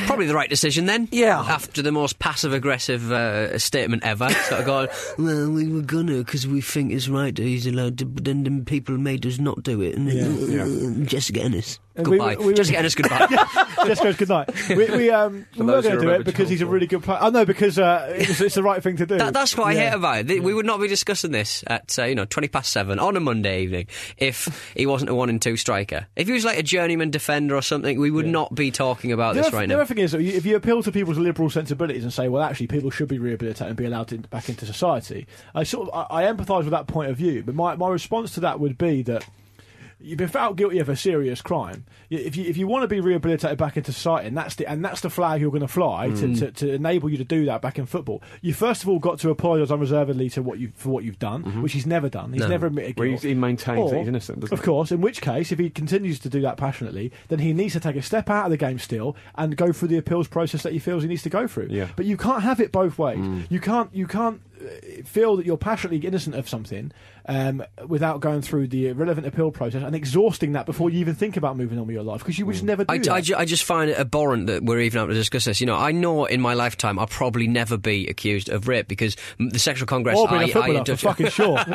D: Probably the right decision then.
A: Yeah.
D: After the most passive aggressive uh, statement ever, sort of going, well, we were gonna because we think it's right that he's allowed to, but then, then people made us not do it. And
C: Yeah.
D: Jessica Ennis.
C: And we-
D: goodbye.
C: we were-
D: Jessica Ennis, goodbye.
C: Just goes good night. We, we, um, we were
A: those who
C: going to do
A: remember
C: it because he's a
A: Channel
C: really good player. I know because uh, it's, it's the right thing to do.
D: That, that's what I
C: Yeah.
D: hate about it. Th- We would not be discussing this at uh, you know twenty past seven on a Monday evening if he wasn't a one and two striker. If he was like a journeyman defender or something, we would not be talking about
C: The
D: this
C: other,
D: right
C: the
D: now.
C: other thing is, that you- if you appeal to people's liberal sensibilities and say, well, actually, people should be rehabilitated and be allowed to, back into society, I sort of I, I empathise with that point of view. But my, my response to that would be that you've been found guilty of a serious crime. Y- If you if you want to be rehabilitated back into society, and that's the and that's the flag you're going to fly
D: Mm.
C: to, to, to enable you to do that back in football, you first of all got to apologise unreservedly to what you for what you've done,
D: Mm-hmm.
C: which he's never done. He's never admitted.
B: Well,
C: guilt.
B: he- he maintains
C: Or-
B: that he's innocent, doesn't
C: of
B: he?
C: course. In which case, if he continues to do that passionately, then he needs to take a step out of the game still and go through the appeals process that he feels he needs to go through.
B: Yeah.
D: Mm.
C: But you can't have it both ways. You can't. You can't. uh, feel that you're passionately innocent of something um, without going through the relevant appeal process and exhausting that before you even think about moving on with your life because you would just never do
D: Mm. I,
C: that.
D: I ju- I just find it abhorrent that we're even able to discuss this. You know, I know in my lifetime I'll probably never be accused of rape because m- the sexual congress
C: or being
D: I,
C: a
D: I
C: footballer, for
D: indulge-
C: fucking sure.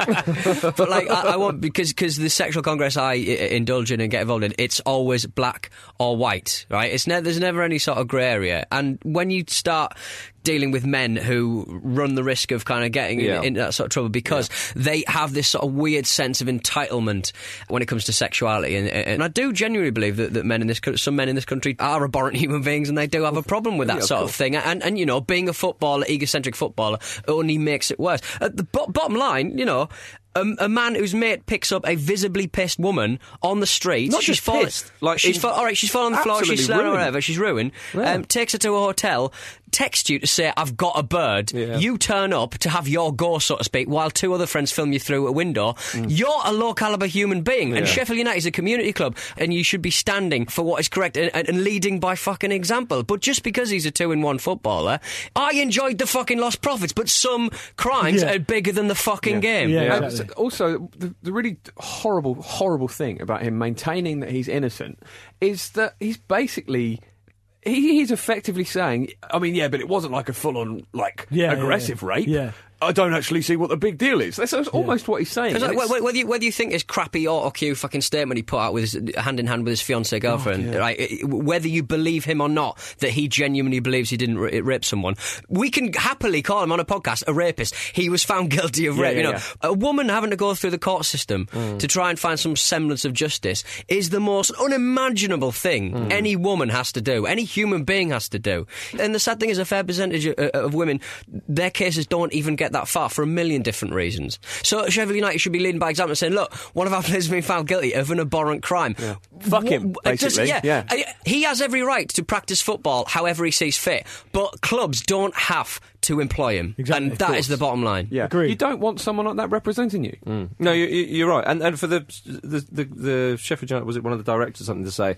D: but like I, I want because because the sexual congress I, I indulge in and get involved in, it's always black or white, right? It's ne- there's never any sort of grey area. And when you start dealing with men who run the risk of kind of getting in-
A: Yeah.
D: into that sort of trouble because they have this sort of weird sense of entitlement when it comes to sexuality, and, and I do genuinely believe that, that men in this co- some men in this country are abhorrent human beings, and they do have a problem with that
A: Yeah, of
D: sort of
A: course.
D: thing. And and you know, being a footballer, egocentric footballer, only makes it worse. At the bo- bottom line, you know. A, a man whose mate picks up a visibly pissed woman on the street.
A: Not
D: she's
A: just
D: fallen-
A: pissed, like
D: she's
A: in-
D: fall- all right. She's fallen on the floor.
A: absolutely
D: She's slammed or
A: ruined.
D: whatever. She's ruined.
A: Yeah.
D: Um, takes her to a hotel. Texts you to say I've got a bird.
A: Yeah.
D: You turn up to have your go, so to speak, while two other friends film you through a window. You're a low caliber human being, and
A: Yeah.
D: Sheffield United is a community club, and you should be standing for what is correct and, and, and leading by fucking example. But just because he's a two in one footballer, I enjoyed the fucking lost profits, but some crimes
C: Yeah.
D: are bigger than the fucking game.
C: Yeah,
B: And
C: exactly.
B: Also, the, the really horrible, horrible thing about him maintaining that he's innocent is that he's basically. He, he's effectively saying, I mean, yeah, but it wasn't like a full on, like,
C: Yeah, yeah,
B: aggressive
C: yeah.
B: rape.
C: Yeah.
B: I don't actually see what the big deal is. That's, that's almost what he's saying.
D: It's like,
B: And it's-
D: wh- wh- whether, you, whether you think his crappy auto cue fucking statement he put out with his, hand in hand with his fiancee girlfriend, right? it- Whether you believe him or not, that he genuinely believes he didn't r- rape someone, we can happily call him on a podcast a rapist. He was found guilty of
B: Yeah,
D: rape.
B: yeah,
D: you know,
B: yeah. Mm.
D: a woman having to go through the court system to try and find some semblance of justice is the most unimaginable thing
B: Hmm.
D: any woman has to do, any human being has to do. And the sad thing is, a fair percentage of, of women, their cases don't even get that far for a million different reasons. So Sheffield United should be leading by example, and saying, "Look, one of our players has been found guilty of an abhorrent crime.
B: Fuck him,
D: W- uh, just-
B: basically. Yeah.
D: I- he has every right to practice football however he sees fit, but clubs don't have." To employ him,
C: Exactly,
D: and
C: of
D: that
C: course.
D: is the bottom line.
B: yeah.
C: Agreed.
B: You don't want someone like that representing you.
A: Mm. No, you, you- you're right. And and for the the the, the Sheffield United, was it one of the directors or something to say?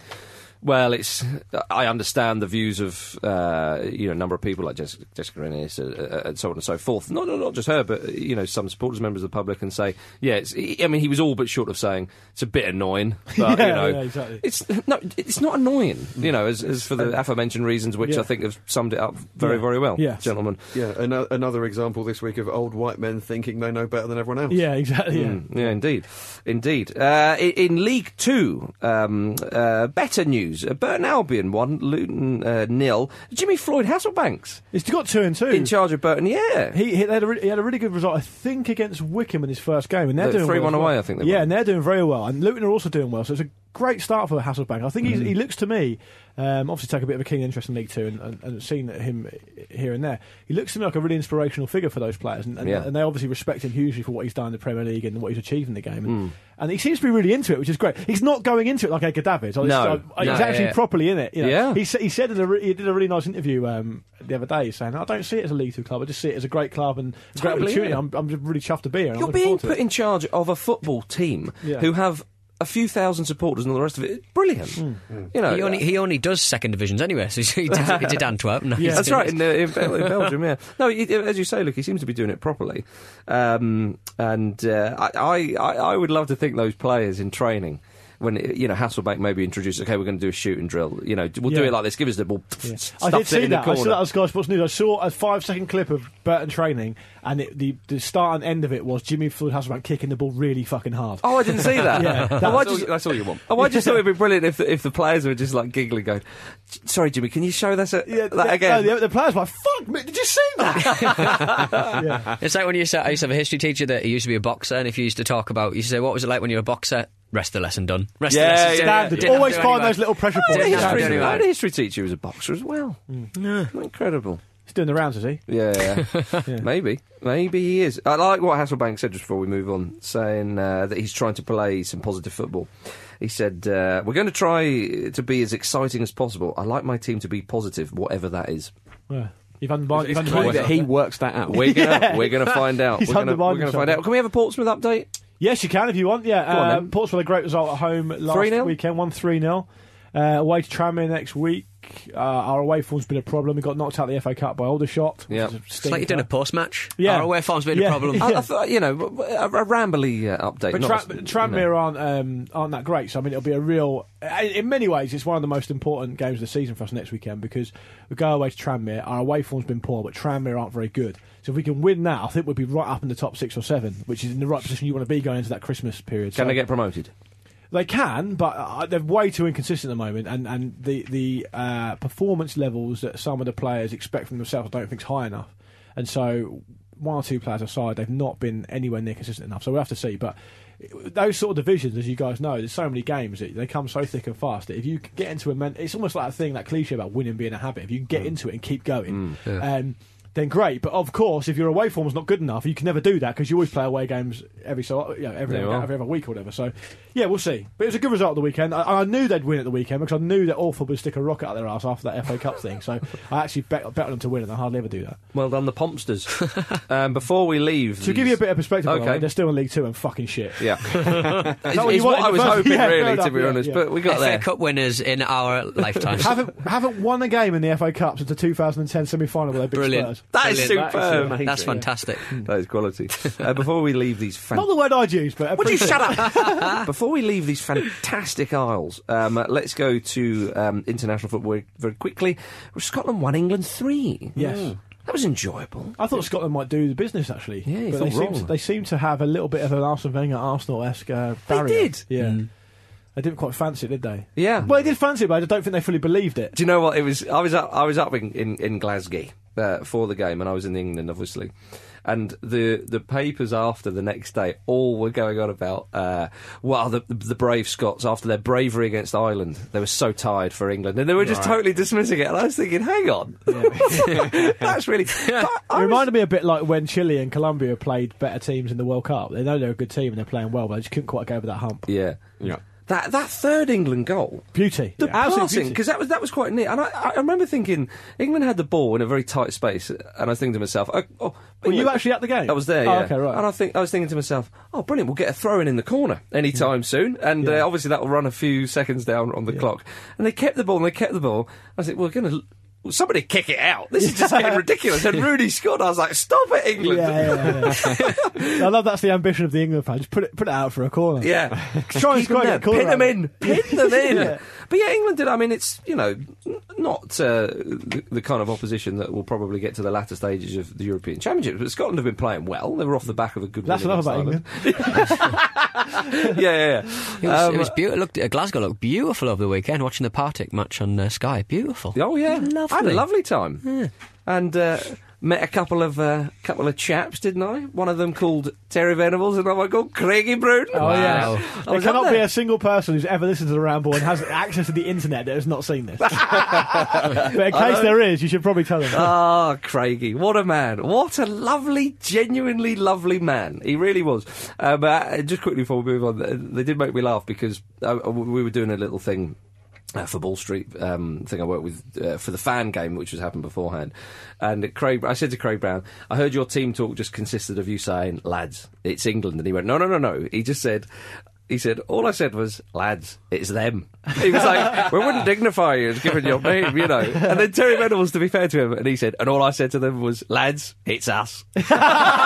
A: Well, it's I understand the views of uh, you know a number of people like Jessica, Jessica Innes uh, uh, and so on and so forth. Not, not not just her, but uh, you know some supporters, members of the public, and say, yeah, it's, I mean, he was all but short of saying it's a bit annoying, but
C: Yeah,
A: you know,
C: yeah, exactly.
A: it's no, it's not annoying,
B: Mm.
A: you know, as, as for the aforementioned reasons, which
C: Yeah.
A: I think have summed it up very
C: Yeah.
A: very well,
C: Yeah.
A: gentlemen.
G: Yeah, ano- another example this week of old white men thinking they know better than everyone else.
C: yeah, exactly. Yeah.
A: Mm, yeah, indeed, indeed. Uh, i- in League Two, um, uh, better news: uh, Burton Albion one, Luton uh, nil. Jimmy Floyd Hasselbanks
C: It's got two and two.
A: in charge of Burton. Yeah,
C: He, he, had a, re- he had a really good result, I think, against Wickham in his first game, and they're
A: The
C: doing well
A: 3-1
C: as well.
A: away, I think they
C: yeah,
A: won.
C: and they're doing very well, and Luton are also doing well. So it's a great start for Hasselbank. I think
A: Mm-hmm.
C: he's, he looks to me, um, obviously take a bit of a keen interest in League Two, and, and, and seen him here and there. He looks to me like a really inspirational figure for those players, and, and,
A: Yeah.
C: and they obviously respect him hugely for what he's done in the Premier League and what he's achieved in the game. And,
A: Mm.
C: and he seems to be really into it, which is great. He's not going into it like Edgar Davids. I-
A: No.
C: I- he's
A: No,
C: actually
A: yeah.
C: properly in it. You know.
A: Yeah.
C: He, sa- he said in a re- he did a really nice interview um, the other day saying, "I don't see it as a League Two club. I just see it as a great club and a great
A: Totally,
C: opportunity.
A: yeah.
C: I'm, I'm just really chuffed to be here. and I'm
A: you're
C: looking
A: being
C: forward to
A: put
C: it."
A: in charge of a football team
C: Yeah.
A: who have a few thousand supporters and all the rest of it. Brilliant,
C: Mm.
A: you know. uh,
D: He only, he only does second divisions anyway, so he did, he did Antwerp. Now he's
A: That's
D: doing
A: right,
D: this.
A: in, uh, in, Bel- in Belgium, yeah. No, it, it- as you say, look, he seems to be doing it properly. Um, and uh, I, I, I I would love to think those players in training. When you know Hasselbank maybe introduced, okay, we're going to do a shooting drill. You know, we'll do
C: Yeah.
A: it like this. Give us the ball.
C: Yeah.
A: stuff
C: I did see
A: in the
C: that. I saw
A: corner.
C: that on Sky Sports News. I saw a five-second clip of Burton training, and it, the the start and end of it was Jimmy Floyd Hasselbank kicking the ball really fucking hard.
A: Oh, I didn't see that.
C: Yeah,
A: Oh, I
C: that's
A: just,
B: that's all you want.
A: oh, I just thought it'd be brilliant if the, if the players were just like giggling, going, "J- "Sorry, Jimmy, can you show this a,
C: Yeah,
A: that
C: the-
A: again?"
C: no, the, the players were like, "Fuck me! Did you see that?" yeah.
D: It's like when you used to, I used to have a history teacher that he used to be a boxer, and if you used to talk about, you say, "What was it like when you were a boxer?" Rest the lesson done. Rest
A: Yeah,
D: the lesson
A: yeah,
D: done.
A: yeah.
C: Standard.
D: Didn't
C: Always
D: have to do
C: find
D: anyway.
C: those little pressure
A: I had a
C: points.
D: Didn't have to
A: history-
D: do anyway.
A: I had a history teacher who was a boxer as well.
C: Mm.
A: Incredible.
C: He's doing the rounds, is he?
A: Yeah, maybe, maybe he is. I like what Hasselbank said just before we move on, saying uh, that he's trying to play some positive football. He said, uh, "We're going to try to be as exciting as possible. I like my team to be positive, whatever that is.
C: Yeah. You've undermined. You've
B: It's clear
C: undermined
B: that
C: yourself
B: he
C: there.
B: works that out.
A: We're gonna, we're gonna find out.
C: He's
A: we're gonna, we're
C: undermined
A: gonna
C: himself.
A: find out. Can we have a Portsmouth update?
C: Yes, you can if you want. Yeah,
A: on,
C: uh,
A: then.
C: Portsmouth had a great result at home last
A: 3-0?
C: weekend, one three 0 uh, Away to Tranmere next week. week, uh, our away form's been a problem. We got knocked out of the FA Cup by Aldershot.
A: Yeah.
D: It's like you're doing a post match.
C: Yeah.
D: Our away form's been
C: Yeah.
D: a problem.
C: Yeah.
A: I, I thought, you know, w- w- a, a rambly uh, update.
C: But
A: not
C: Tra-
A: a s-
C: Tranmere aren't um, aren't that great, so I mean it'll be a real. i- In many ways, it's one of the most important games of the season for us next weekend because we go away to Tranmere. Our away form's been poor, but Tranmere aren't very good. So if we can win that, I think we'd be right up in the top six or seven, which is in the right position you want to be going into that Christmas period.
A: Can
C: so
A: they get promoted?
C: They can, but uh, they're way too inconsistent at the moment, and and the the uh, performance levels that some of the players expect from themselves, I don't think is high enough, and so one or two players aside, they've not been anywhere near consistent enough. So we'll have to see, but. uh, Those sort of divisions, as you guys know, there's so many games that they come so thick and fast that if you get into a, men- it's almost like a thing that cliche about winning being a habit. If you can
A: Mm.
C: get into it and keep going, um, then great. But of course, if your away form's not good enough, you can never do that because you always play away games every so you know, every,
A: There you are.
C: every every week or whatever. So, yeah, we'll see. But it was a good result at the weekend. I, I knew they'd win at the weekend because I knew that Orford would stick a rocket out their ass after that FA Cup thing. So I actually bet, bet on them to win, and I hardly ever do that.
A: Well done, the Pompsters. um, before we leave,
C: To give you a bit of perspective, by the
A: Okay.
C: way, they're still in League Two and fucking shit.
A: yeah, it's,
C: what Oh, you
A: it's what
C: wanted
A: I was
C: first?
A: hoping,
C: Yeah, fair
A: really, to
C: enough,
A: be
C: yeah,
A: honest.
C: yeah.
A: But we got
D: FA
A: there.
D: Cup winners in our lifetimes.
C: haven't haven't won a game in the FA Cup since the 2010 semi-final where they beat
D: Brilliant.
C: Spurs.
A: That is
D: Brilliant.
A: superb.
D: That's,
A: Amazing.
D: fantastic.
A: That is quality. uh, before we leave these, fan-
C: Not the word I'd use, but
A: Would you shut up? Before we leave these fantastic isles, um, uh, let's go to um, international football very quickly. Scotland won England three. Mm.
C: Yes.
A: That was enjoyable.
C: I thought Scotland might do the business actually.
A: Yeah, you
C: but
A: thought
C: they seem,
A: wrong.
C: to, they seem to have a little bit of an Arsene Wenger, Arsenal-esque uh, barrier.
A: did. Mm.
C: yeah. They didn't quite fancy it, did they?
A: Yeah.
C: Well, they did fancy it, but I don't think they fully believed it.
A: Do you know what it was? I was up, I was up in in, in Glasgow uh, for the game, and I was in England, obviously. And the the papers after the next day all were going on about uh, well the the brave Scots after their bravery against Ireland they were so tired for England and they were just totally dismissing it and I was thinking hang on that's really but I
C: It
A: was-
C: reminded me a bit like when Chile and Colombia played better teams in the World Cup. They know they're a good team and they're playing well, but they just couldn't quite go over that hump.
A: yeah
G: Yeah.
A: that that third England goal
C: Beauty.
A: The
C: Absolute
A: passing,
C: beauty.
A: because that was that was quite neat, and I, I remember thinking England had the ball in a very tight space, and I was thinking to myself, oh, oh,
C: Were you
A: England-
C: actually at the game?
A: I was there,
C: Oh,
A: yeah.
C: okay, right.
A: And I think I was thinking to myself, oh, brilliant, we'll get a throw in in the corner anytime soon, and
C: Yeah.
A: uh, obviously that will run a few seconds down on the clock. And they kept the ball, and they kept the ball. I said, we're going to. Well, somebody kick it out. This is just getting ridiculous. And Rooney scored. I was like, stop it,
C: Yeah,
A: England.
C: yeah, yeah. I love that's the ambition of the England fans. Put it, put it out for a corner.
A: Yeah.
C: Try and
A: Keep 'em
C: score
A: there.
C: it, get a corner
A: Pin
C: out
A: them
C: of it.
A: in. Pin them in.
C: Yeah.
A: But yeah, England did. I mean, it's, you know, n- not uh, the, the kind of opposition that will probably get to the latter stages of the European Championships. But Scotland have been playing well. They were off the back of a good
C: That's
A: win
C: enough
A: against Ireland. yeah, yeah, yeah.
D: It was,
A: Um,
D: it was beautiful. Looked, uh, Glasgow looked beautiful over the weekend. Watching the Partick match on uh, Sky, beautiful.
A: Oh yeah,
D: It was lovely.
A: I had a lovely time, and uh, met a couple of uh, couple of chaps, didn't I? One of them called Terry Venables, and another one called Craigie Bruton.
C: Oh, yeah.
D: Wow.
A: I
C: There
A: was up
C: cannot
A: there.
C: be a single person who's ever listened to the ramble and has access to the internet that has not seen this. but in case there is, you should probably tell them.
A: Ah, Craigie, what a man. What a lovely, genuinely lovely man. He really was. Um, uh, just quickly before we move on, th- they did make me laugh because uh, we were doing a little thing. Uh, for Ball Street, um, thing I worked with uh, for the fan game, which was happened beforehand, and Craig, I said to Craig Brown, I heard your team talk just consisted of you saying, "Lads, it's England," and he went, "No, no, no, no." He just said, he said, all I said was, lads, it's them. He was like, we wouldn't dignify you as giving your name, you know. And then Terry Venables, to be fair to him, and he said, and all I said to them was, lads, it's us.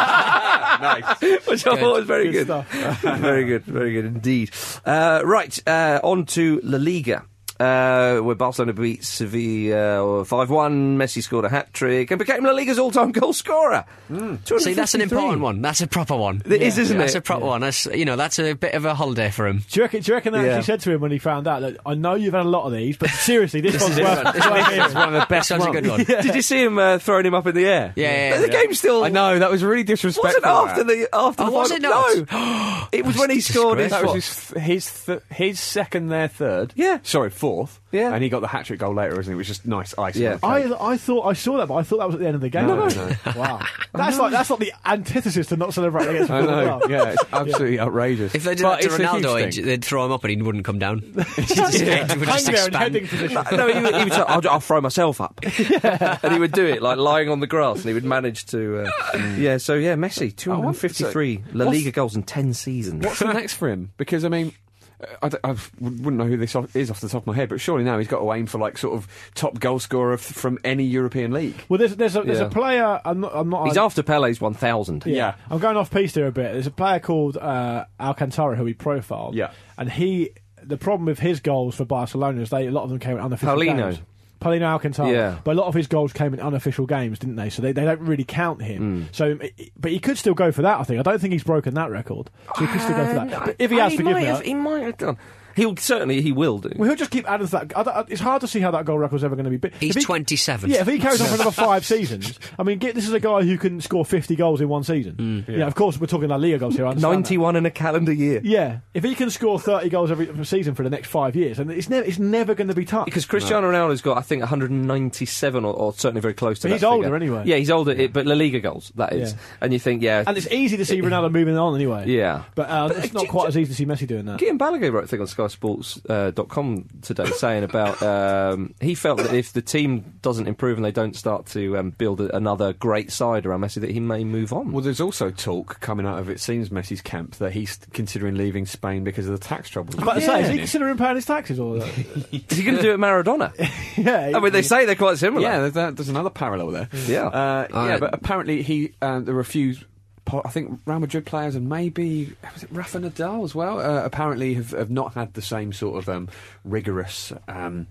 A: nice. Which I thought was very good.
C: Good
A: very good, very good indeed. Uh, right, uh, on to La Liga. Uh, where Barcelona beat Sevilla 5 1, Messi scored a hat trick and became La Liga's all time goal scorer.
D: See, that's an
A: 253.
D: important one. That's a proper one.
A: It is, isn't
D: That's
A: it?
D: a proper one. That's you know, that's a bit of a holiday for him.
C: Do you reckon, do you reckon they
A: Yeah.
C: actually said to him when he found out, that I know you've had a lot of these, but seriously, this, one's
D: is
C: worth,
D: it. This
C: worth
D: is
C: hearing."
D: one of the best. Sounds a good one.
A: Did you see him uh, throwing him up in the air?
D: Yeah, yeah,
A: the
D: yeah.
A: game's still.
B: I know that was really disrespectful.
A: Wasn't after
B: that.
A: the after
D: Oh,
A: the
D: was
A: final.
D: it
A: No, it was when he
D: That's
A: scored his.
D: disgraceful.
B: That was
A: what?
B: his th- his th- his second, their third.
A: Yeah.
B: sorry, fourth.
A: Yeah.
B: and he got the hat trick goal later, isn't it? Which was just nice icing.
A: Yeah.
B: on the cake.
C: I, I thought I saw that, but I thought that was at the end of the game.
B: No, no.
C: Wow, that's like that's like the antithesis to not celebrating against
B: I
C: World
B: know.
C: Cup.
B: Yeah, it's absolutely outrageous.
D: If they did
B: but
D: that to
B: it's a huge
D: Ronaldo,
B: thing.
D: he'd, they'd throw him up and he wouldn't come down. He'd just, he would
C: Hang
D: just
C: there in
D: expand.
C: heading position.
A: Uh, no, he, would- he would say, I'll, I'll throw myself up. and he would do it, like lying on the grass, and he would manage to. Uh,
C: Mm.
A: yeah, so yeah, Messi, 253 La
B: what's-
A: Liga goals in 10 seasons.
B: What's the next for him? Because I mean, I, don't- I f- wouldn't know who this off, is off the top of my head, but surely now he's got to aim for like sort of top goal scorer f- from any European league.
C: Well, there's there's a, there's
A: Yeah.
C: a player. I'm not. I'm not.
A: He's
C: I-
A: after Pele's 1,000.
B: Yeah.
C: I'm going off piece there a bit. There's a player called uh, Alcantara who we profiled.
B: Yeah.
C: and he. The problem with his goals for Barcelona is they a lot of them came in unofficial
A: Paulino.
C: games. Paulino Alcantara.
A: Yeah.
C: But a lot of his goals came in unofficial games, didn't they? So they, they don't really count him. So, but he could still go for that. I think. I don't think he's broken that record. So he could still go for that. But if he has,
A: Uh, he
C: forgive
A: Um, might
C: me.
A: have,
C: I-
A: he might have done. He'll certainly he will do.
C: well, he'll just keep adding to that. I don't- It's hard to see how that goal record's ever going to be. big.
D: He's
C: If he-
D: 27.
C: Yeah, if he carries on for another five seasons, I mean, get, this is a guy who can score 50 goals in one season.
A: Mm.
C: yeah. of course, we're talking La Liga goals here. I understand that.
A: 91 in a calendar year.
C: Yeah, if he can score 30 goals every season for the next five years, and it's, never it's never going to be tough.
A: Because Cristiano Ronaldo's got, I think, 197 or, or certainly very close to
C: But
A: that.
C: he's older
A: figure.
C: anyway.
A: Yeah, he's older, it, but La Liga goals, that is.
C: Yeah.
A: And you think, yeah.
C: and it's easy to see Ronaldo moving on anyway.
A: Yeah.
C: But, uh,
A: But,
C: it's
A: uh,
C: not
A: do-
C: quite as easy to see Messi doing that.
A: Guillaume Balaguer wrote a thing on skysports.com today saying about um, he felt that if the team doesn't improve and they don't start to um, build a, another great side around Messi, that he may move on.
B: Well, there's also talk coming out of it seems Messi's camp that he's considering leaving Spain because of the tax troubles.
C: But I say, is he considering paying his taxes or
A: Is he going to do it Maradona?
C: yeah,
A: I mean, they say they're quite similar.
B: yeah, there's, that, there's another parallel there.
A: Yeah.
B: uh,
D: I-
B: yeah. But apparently he uh, there were a few. po- I think Real Madrid players and maybe was it Rafa Nadal as well. Uh, apparently have, have not had the same sort of um, rigorous. Um,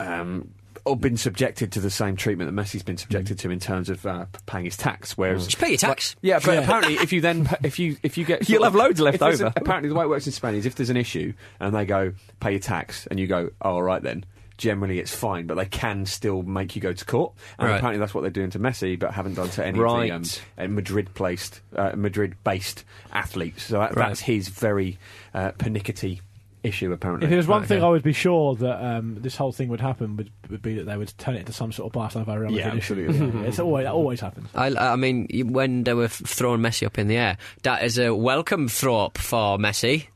B: um, or been subjected to the same treatment that Messi's been subjected to in terms of uh, p- paying his tax, whereas
D: Just pay your tax.
B: yeah, but apparently, if you then if you if you get sort
A: You'll
B: of-
A: have loads left
B: if there's a-
A: over.
B: apparently, the way it works in Spain is if there's an issue and they go pay your tax, and you go, oh, all right then. Generally, it's fine, but they can still make you go to court. And
D: Right.
B: apparently, that's what they're doing to Messi, but haven't done to any
A: Right.
B: of the um, Madrid-placed, uh, Madrid-based athletes. So that,
D: Right.
B: that's his very uh, pernickety issue, apparently.
C: If there was one
D: Right,
C: thing
D: okay.
C: I would be sure that um, this whole thing would happen would, would be that they would turn it into some sort of Barcelona via Real
B: Yeah,
C: Madrid issue.
B: absolutely.
C: Yeah, it's always that always happens.
D: I, I mean, you- when they were f- throwing Messi up in the air, that is a welcome throw up for Messi.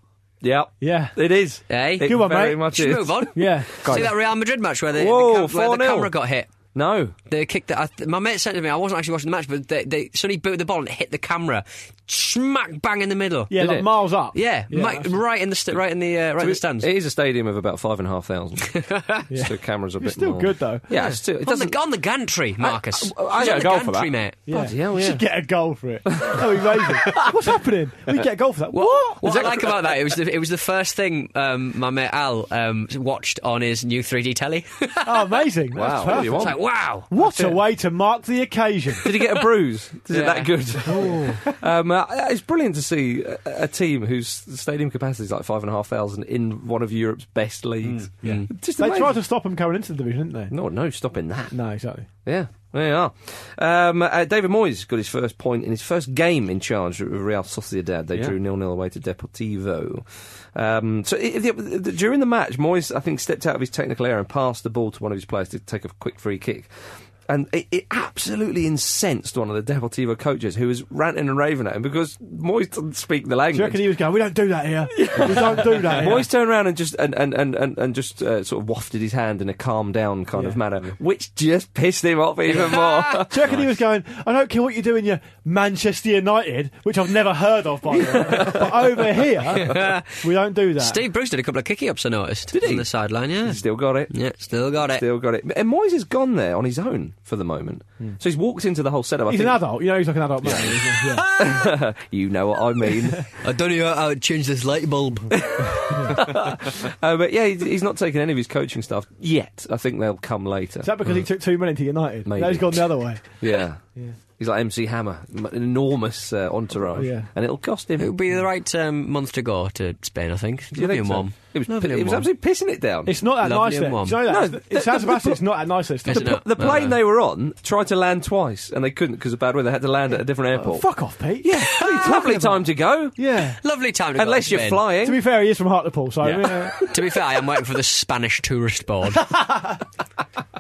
A: Yeah.
C: Yeah,
A: It is.
D: Eh?
A: It
C: Good one,
A: very
C: mate.
A: much
D: Just
A: is.
D: move on.
C: yeah.
D: See that Real Madrid match where, they,
A: Whoa,
D: the, cam- where the
A: 4-0.
D: camera got hit?
A: No.
D: They kicked that. I th- my mate said to me, I wasn't actually watching the match, but they, they suddenly booted the ball and it hit the camera, smack bang in the middle.
C: Yeah, like miles up.
D: Yeah, mi-
C: that's-
D: right in the st- right in the uh, right in the stands.
A: It is a stadium of about five and a half thousand. So cameras are a bit
C: still
A: more-
C: good, though.
A: Yeah, it's still, it
D: on,
A: doesn't.
D: the, on the gantry, Marcus.
B: I- I- I
D: He's
B: get
D: on
B: a
D: the
B: goal for
D: gantry,
B: that.
D: mate.
C: Yeah.
A: Bloody hell,
C: We
A: yeah.
C: should get a goal for it. That would be amazing. What's happening? We get a goal for that. What?
D: What, what I like about that, it was the, it was the first thing um, my mate Al um, watched on his new 3D telly. it's
C: Oh, amazing. That's
A: Wow, what do
C: perfect.
A: you want? Uh.
D: like, wow.
C: What a way to mark the occasion.
A: Did he get a bruise? Is
D: Yeah.
A: it that
C: Oh.
A: good? um, uh, it's brilliant to see a, a team whose stadium capacity is like five and a half thousand in one of Europe's best leagues. Yeah. Just
C: They
A: amazing.
C: tried to stop him coming into the division, didn't they?
A: No, no, stopping that.
C: No, exactly.
A: Yeah, there you are. Um, uh, David Moyes got his first point in his first game in charge of Real Sociedad. They
B: Yeah.
A: drew nil nil away to Deportivo. Um, so i the, the- during the match, Moyes I think stepped out of his technical area and passed the ball to one of his players to take a quick free kick. And it, it absolutely incensed one of the Deportivo coaches who was ranting and raving at him because Moyes doesn't speak the
C: Do you reckon
A: language.
C: he was going, we don't do that here. we don't do that here.
A: Moyes turned around and just and, and, and, and, and just uh, sort of wafted his hand in a calm down kind of
C: Yeah.
A: manner, which just pissed him off even more.
C: Do you reckon he was going, I don't care what you're doing, you're Manchester United, which I've never heard of, by the way. But over here, we don't do that.
D: Steve Bruce did a couple of kicky ups, I noticed.
A: Did he?
D: On the sideline, yeah.
A: Still got it.
D: Yeah, still got it.
A: Still got it. And Moyes has gone there on his own for the moment. So he's walked into the whole setup. I
C: Hmm. He's an
A: think-
C: adult. You know, he's like an adult man. isn't he? Yeah.
A: You know what I mean.
D: I don't know how to change this light bulb.
A: uh, but yeah, he's- he's not taken any of his coaching staff yet. I think they'll come later.
C: Is that because he took too many to United?
A: Maybe.
C: Now he's gone the other way.
A: yeah. He's like MC Hammer, m- an enormous uh, entourage.
C: Yeah.
A: And it'll cost him.
D: it would be the right um, month to go to Spain, I think.
A: Do you
D: Lovely
A: think
D: and
A: so?
D: warm.
A: It was,
D: Lovely
A: pi-
D: and
A: it was
D: warm.
A: absolutely pissing it down.
C: It's not that
D: Lovely
C: nice
D: and
C: there. Do
D: warm.
C: you know that?
A: No,
C: It's-
A: the-
C: it's San
A: the- the-
C: Sebastian. It's not that nice there.
A: the,
D: Isn't
A: pl-
D: it?
A: the
D: No,
A: plane
D: no.
A: they were on tried to land twice and they couldn't because of bad weather. They had to land at a different airport.
C: Oh, Fuck off, Pete.
A: Yeah, lovely time to go.
C: Yeah.
D: Lovely time to go
A: Unless
D: to
A: you're
D: Spain.
A: flying.
C: To be fair, he is from Hartlepool, so
D: Yeah.
C: yeah.
D: to be fair, I am waiting for the Spanish tourist board.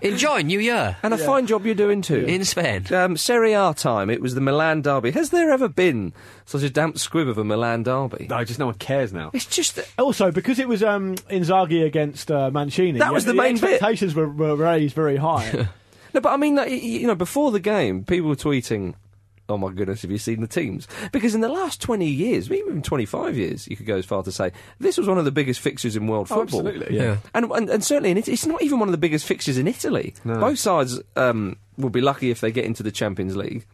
D: Enjoy New Year
A: and a fine job you're doing too.
D: in Spain.
A: Um, Serie A time, it was the Milan derby. Has there ever been such a damp squib of a Milan derby?
B: No, just no one cares now.
A: It's just that
C: Also, because it was um, Inzaghi against uh, Mancini,
A: That was the main bit.
C: expectations were, were raised very high.
A: no, but I mean, like, y- you know, before the game, people were tweeting, oh my goodness, have you seen the teams? Because in the last 20 years, maybe even 25 years, you could go as far to say, this was one of the biggest fixtures in world
B: Oh,
A: football.
B: absolutely.
D: Yeah.
A: And, and, and certainly, in it, it's not even one of the biggest fixtures in Italy. Both sides um, will be lucky if they get into the Champions League.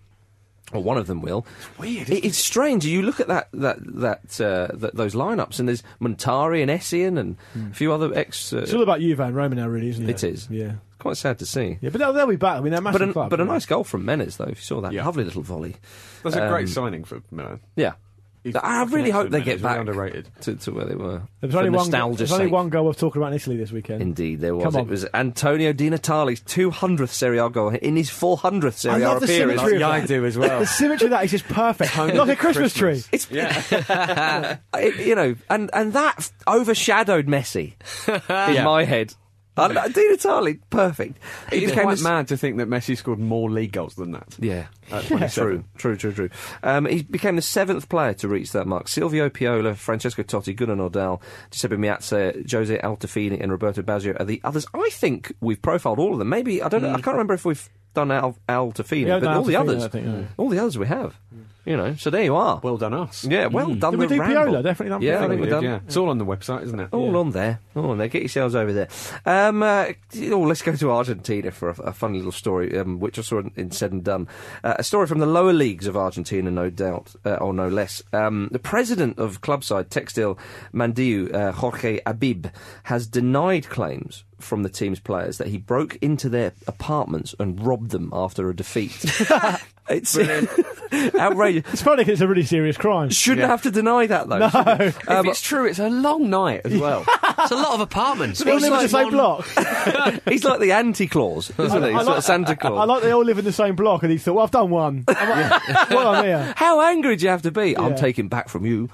A: Or one of them will. It's weird. it's strange. You look at that that that, uh, that those lineups, and there's Montari and Essien and a few other ex. Uh,
C: It's all about Juve and Roma now, really, isn't it?
A: It is.
C: Yeah.
A: quite sad to see.
C: Yeah, but they'll, they'll be back. I mean, they're a massive
A: But, an,
C: club.
A: but a nice goal from Menes though. If you saw that
B: Yeah.
A: lovely little volley,
B: That's a
A: Um,
B: great signing for Milan.
A: yeah.
B: He's
A: I really hope they
B: Menezes,
A: get
B: really
A: back
B: underrated.
A: To, to where they were.
C: There's
A: for
C: only one.
A: nostalgia's
C: There's only
A: sake.
C: one goal worth talking about in Italy this weekend.
A: Indeed, there was.
C: Come on.
A: It was Antonio Di Natale's 200th Serie A goal in his 400th Serie A
C: love the
A: appearance.
C: symmetry of
B: Yeah,
C: Yeah,
B: I
C: I
B: do as well.
C: The symmetry of that is just perfect.
B: Home
C: like a
B: for
C: Christmas,
B: Christmas.
C: tree.
A: It's it, you know, and and that f- overshadowed Messi in my head. And, uh, Di Natale, perfect. He
B: It's
A: became
B: quite
A: the s-
B: mad to think that Messi scored more league goals than that.
A: Yeah, uh, true, true, true, true. Um, he became the seventh player to reach that mark. Silvio Piola, Francesco Totti, Gunnar Nordal, Giuseppe Miazza, Jose Altafini, and Roberto Baggio are the others. I think we've profiled all of them. Maybe I don't.
C: Mm.
A: know. I can't remember if we've done Al, Altafini,
C: Yeah,
A: but
C: no,
A: all the
C: Altafini,
A: others,
C: I think, yeah.
A: all the others we have. You know, so there you are.
B: Well done, us.
A: yeah, well done.
C: mm. Did we
A: the
C: do
A: ramble.
C: Piola? Definitely done
A: Yeah,
C: Piola.
A: I think
B: We
A: we've
B: did,
A: done.
B: yeah. It's all on the website, isn't it?
A: All on there. All on there. Get yourselves over there. Um, uh, oh, let's go to Argentina for a, a funny little story, um, which I saw in, in Said and Done. Uh, a story from the lower leagues of Argentina, no doubt, uh, or no less. Um, the president of club side Textil Mandiu, uh, Jorge Abib, has denied claims from the team's players that he broke into their apartments and robbed them after a defeat. it's outrageous.
C: It's funny 'cause it's a really serious crime.
A: Shouldn't have to deny that though. should we?
B: If
A: Um,
B: it's true, it's a long night as well.
D: It's a lot of apartments.
C: They all
D: It's
C: live in the
D: like
C: same
D: one-
C: block.
A: He's like the anti-Claus, isn't he?
C: I
A: sort
C: like-
A: of Santa Claus.
C: I like they all live in the same block, and he thought, "Well, I've done one. well, I'm here."
A: How angry do you have to be? I'm
C: Yeah.
A: taking back from you.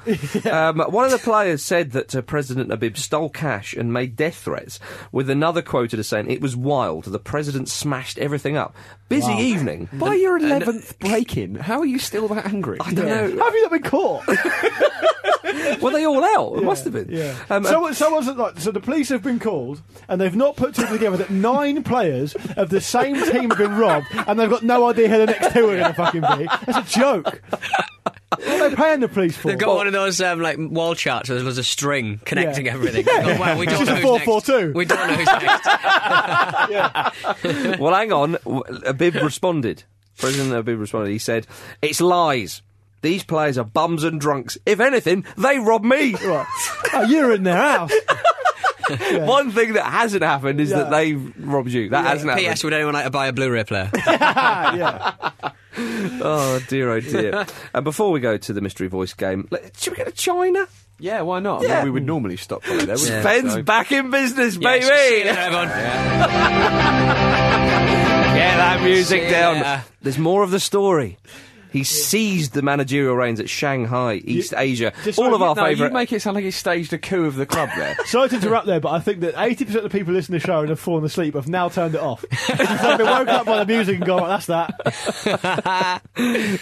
A: um, one of the players said that uh, President Abib stole cash and made death threats, with another quoted as saying, It was wild. The president smashed everything up. Busy evening.
B: By your 11th break in, how are you still that angry?
A: I don't know.
C: How have you not been caught?
A: Were they all out? It must have been.
C: Yeah.
A: Um,
C: so, someone's at, like, so the police have been called, and they've not put two together that nine players of the same team have been robbed, and they've got no idea who the next two are going to fucking be. That's a joke. What are they paying the police for?
D: They've got one of those um, like wall charts where there's a string connecting
C: Yeah.
D: everything. Oh, wow, we
C: It's
D: don't
C: just
D: know
C: a
D: who's next.
C: 4-4-2.
D: We don't know who's next.
A: uh, well, hang on. W- Abib responded. President Abib responded. He said, It's lies. These players are bums and drunks. If anything, they rob me.
C: What? Oh, you're in their house.
A: One thing that hasn't happened is that
C: Yeah.
A: they've robbed you. That hasn't happened.
D: P.S. Would anyone like to buy a Blu-ray player?
C: Ah, yeah.
A: Oh dear, oh dear. and before we go to the mystery voice game, le- should we go to China?
B: Yeah, why not? I
A: Yeah.
B: mean, we would normally stop by there. wouldn't we?
A: Ben's
B: So-
A: back in business,
D: Yeah,
A: baby.
D: see you later, everyone.
A: Get that music
D: See you
A: down.
D: later.
A: There's more of the story. He seized the managerial reins at Shanghai, East Asia.
C: Just
A: All
C: so
A: of
C: you
A: our
B: No, you
A: favourite.
B: make it sound like he staged a coup of the club there.
C: Sorry to interrupt there, but I think that 80% of the people listening to the show and have fallen asleep have now turned it off. They've been woken up by the music and gone, "Right, that's that.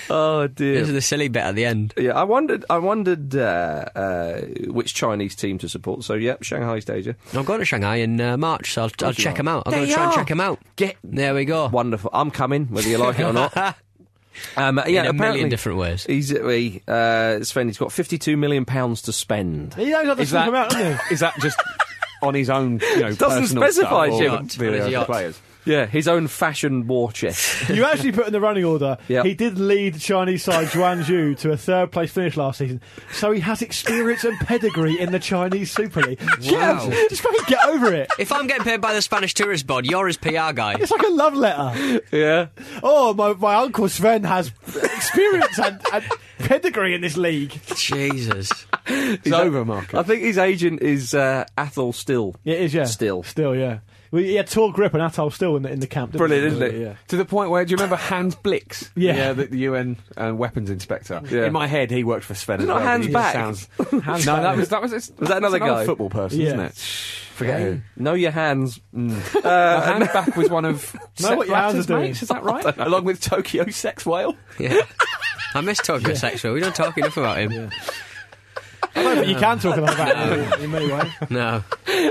A: oh
D: This is
A: dear.
D: the silly bit at the end.
A: Yeah, I wondered. I wondered uh, uh, which Chinese team to support. So, yep, Shanghai, East Asia.
D: I'm going to Shanghai in uh, March, so I'll, I'll check them out. I'm going
A: There
D: to try and
A: you are.
D: check them out.
A: Get
D: There we go.
A: wonderful. I'm coming, whether you like it or not. Um, yeah,
D: in a
A: apparently
D: million different ways.
A: He's he, uh, Sven. He's got fifty-two million pounds to spend.
C: He knows how this will come out, doesn't he?
B: is that just on his own? You know,
A: Doesn't
B: personal
A: specify,
B: stuff, or
A: Jim.
B: the
D: On his
B: other
D: yacht.
B: players?
A: Yeah, his own fashion war chest.
C: You actually put in the running order.
A: Yep.
C: He did lead the Chinese side Juan Zhu to a third place finish last season, so he has experience and pedigree in the Chinese Super League.
D: Wow.
C: Just, just fucking get over it.
D: If I'm getting paid by the Spanish tourist board, you're his PR guy.
C: It's like a love letter.
A: yeah,
C: Oh, my, my uncle Sven has experience and, and pedigree in this league.
D: Jesus.
B: It's over, Marcus.
A: I think his agent is uh, Athol Still.
C: Yeah, it is, yeah.
A: Still.
C: Still, yeah. Well, he had tall grip and Atoll still in the, in the camp. Didn't
A: Brilliant,
C: he?
A: isn't it?
C: Yeah.
B: To the point where, do you remember Hans Blix?
C: Yeah.
B: the, the UN uh, weapons inspector.
A: Yeah.
B: In my head, he worked for Sven. as
A: Not
B: well,
A: Hans
B: but he
A: Back.
B: Sounds, no, that was that was was
A: that another guy?
B: football person,
C: Yeah.
B: isn't it? Forget who.
A: Know your hands. Mm.
B: Uh, Hans Back was one of
C: Know what your
B: Sepp Blatter's
C: hands are doing.
B: mates, Is that right? Along with Tokyo Sex Whale.
D: Yeah. I miss Tokyo yeah. Sexual. We don't talk enough about him.
C: I don't think you can talk about that in, in many ways.
D: No.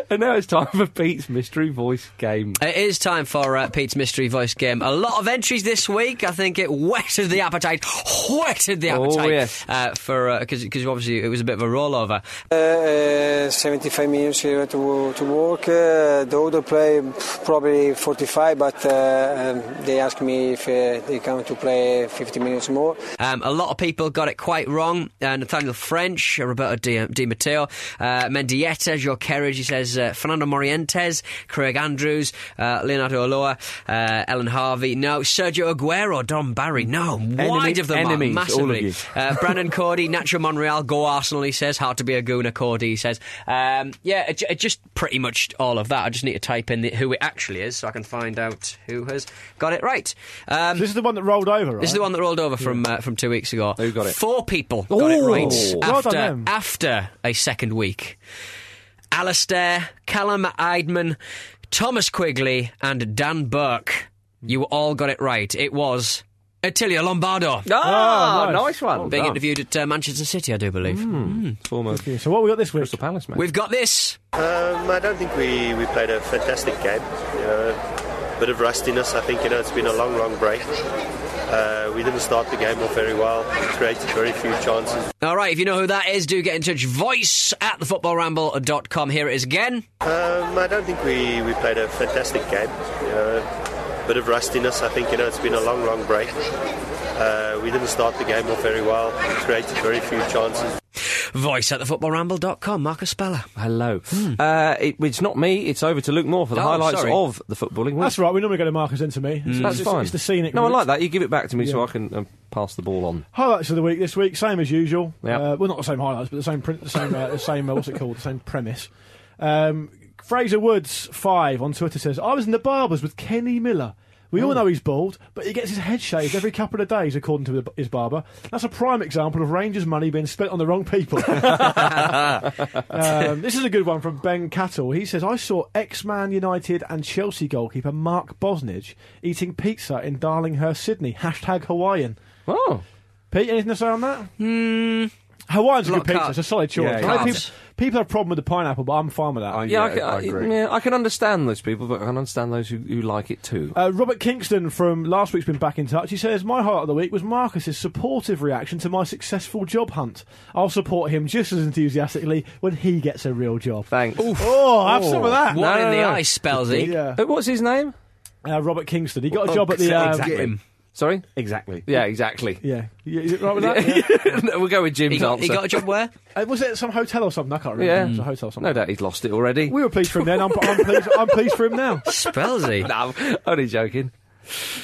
A: And now it's time for Pete's mystery voice game.
D: It is time for uh, Pete's mystery voice game. A lot of entries this week. I think it whetted the appetite, whetted the
A: Oh,
D: appetite
A: yes.
D: uh, for because because obviously it was a bit of a rollover.
H: Uh, 75 minutes here to, to work. Uh, the other play pff, probably 45, but uh, um, they asked me if uh, they come to play 50 minutes more.
D: Um, a lot of people got it quite wrong. Uh, Nathaniel French, uh, Roberto Di, Di Matteo, uh, Mendieta, Joe Kerridge, he says uh, Fernando Morientes, Craig Andrews, uh, Leonardo Aloa, uh, Ellen Harvey. No, Sergio Aguero, Don Barry. No, wide of the
B: enemies, all
D: mark,
B: of
D: massively.
B: you.
D: Uh, Brandon Cordy, Nacho Monreal, go Arsenal, he says. Hard to be a gooner, Cordy, he says. Um, yeah, it, ju- it just pretty much all of that. I just need to type in the, who it actually is so I can find out who has got it right. Um,
C: This is the one that rolled over, right?
D: this is the one that rolled over from uh, from two weeks ago.
A: Who got it?
D: Four people got it
C: Ooh.
D: right
C: Well
D: after
C: done them.
D: after a second week. Alastair, Callum Eidman, Thomas Quigley, and Dan Burke. You all got it right. It was Attilio Lombardo.
C: Oh.
A: Ah,
C: nice.
A: nice. one.
C: Oh.
D: Being interviewed at uh, Manchester City, I do believe.
A: Former
C: Okay, so what we got this week?
A: Crystal Palace, mate.
D: We've got this.
H: Um, I don't think we, we played a fantastic game. You know, bit of rustiness, I think. You know, it's been a long, long break. Uh, we didn't start the game off very well. We created very few chances.
D: All right, if you know who that is, do get in touch. Voice at thefootballramble.com. Here it is again.
H: Um, I don't think we, we played a fantastic game. You know, bit of rustiness, I think. You know, it's been a long, long break. Uh, we didn't start the game off very well. We created very few chances.
D: Voice at thefootballramble.com. Marcus Speller.
A: Hello. Uh, it, it's not me. It's over to Luke Moore for the
D: Oh,
A: highlights
D: sorry.
A: of the footballing week.
C: That's right. We normally go to Marcus and to me. It's,
A: Mm. That's
C: it's,
A: fine.
C: It's the scenic.
A: No, I
C: route.
A: like that. You give it back to me so
C: Yeah.
A: I can um, pass the ball on.
C: Highlights of the week this week, same as usual.
A: Yeah.
C: Uh, well, not the same highlights, but the same, print, the same, uh, the same. Uh, what's it called? The same premise. Um, Fraser Woods five on Twitter says, "I was in the barbers with Kenny Miller. We all know he's bald, but he gets his head shaved every couple of days, according to the, his barber. That's a prime example of Rangers money being spent on the wrong people." um, this is a good one from Ben Cattle. He says, I saw ex Man United and Chelsea goalkeeper Mark Bosnich eating pizza in Darlinghurst, Sydney. Hashtag Hawaiian.
A: Oh.
C: Pete, anything to say on that? Hmm. Hawaiian's a
D: Lot
C: good
D: of
C: pizza.
D: carbs.
C: It's a solid choice.
B: Yeah,
C: I know people,
D: carbs.
C: people have a problem with the pineapple, but I'm fine with that.
B: I-
A: Yeah, I,
B: Yeah,
A: can,
B: I agree.
A: yeah, I can understand those people, but I can understand those who, who like it too.
C: Uh, Robert Kingston from last week's been back in touch. He says, My highlight of the week was Marcus's supportive reaction to my successful job hunt. I'll support him just as enthusiastically when he gets a real job.
A: Thanks.
C: Oh, have some of that.
D: One
A: No,
D: in
A: no,
D: the
A: no.
D: eye, Spellsy.
C: Yeah.
A: Uh, What's his name?
C: Uh, Robert Kingston. He got
A: Oh,
C: a job at the.
D: Get
C: Um,
D: him.
A: Sorry?
B: Exactly.
A: Yeah, exactly.
C: Yeah. yeah. Is it right with that? Yeah.
A: No, we'll go with Jim's
D: He got,
A: answer.
D: he got a job where?
C: Uh, was it at some hotel or something? I can't remember.
A: Yeah.
C: It was a hotel or something.
A: no doubt he's lost it already.
C: We were pleased for him then. I'm, I'm, pleased, I'm pleased for him now.
D: Spellsy.
A: No, I'm only joking.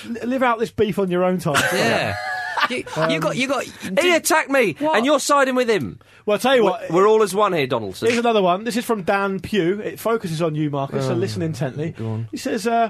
C: L- live out this beef on your own time.
D: Yeah. You,
C: Um,
D: you got, you got.
A: He attacked me,
D: What?
A: and you're siding with him.
C: Well, I'll tell you
A: We're,
C: what.
A: we're all as one here, Donaldson.
C: Here's another one. This is from Dan Pugh. It focuses on you, Marcus,
A: Oh,
C: so listen intently. He says, uh,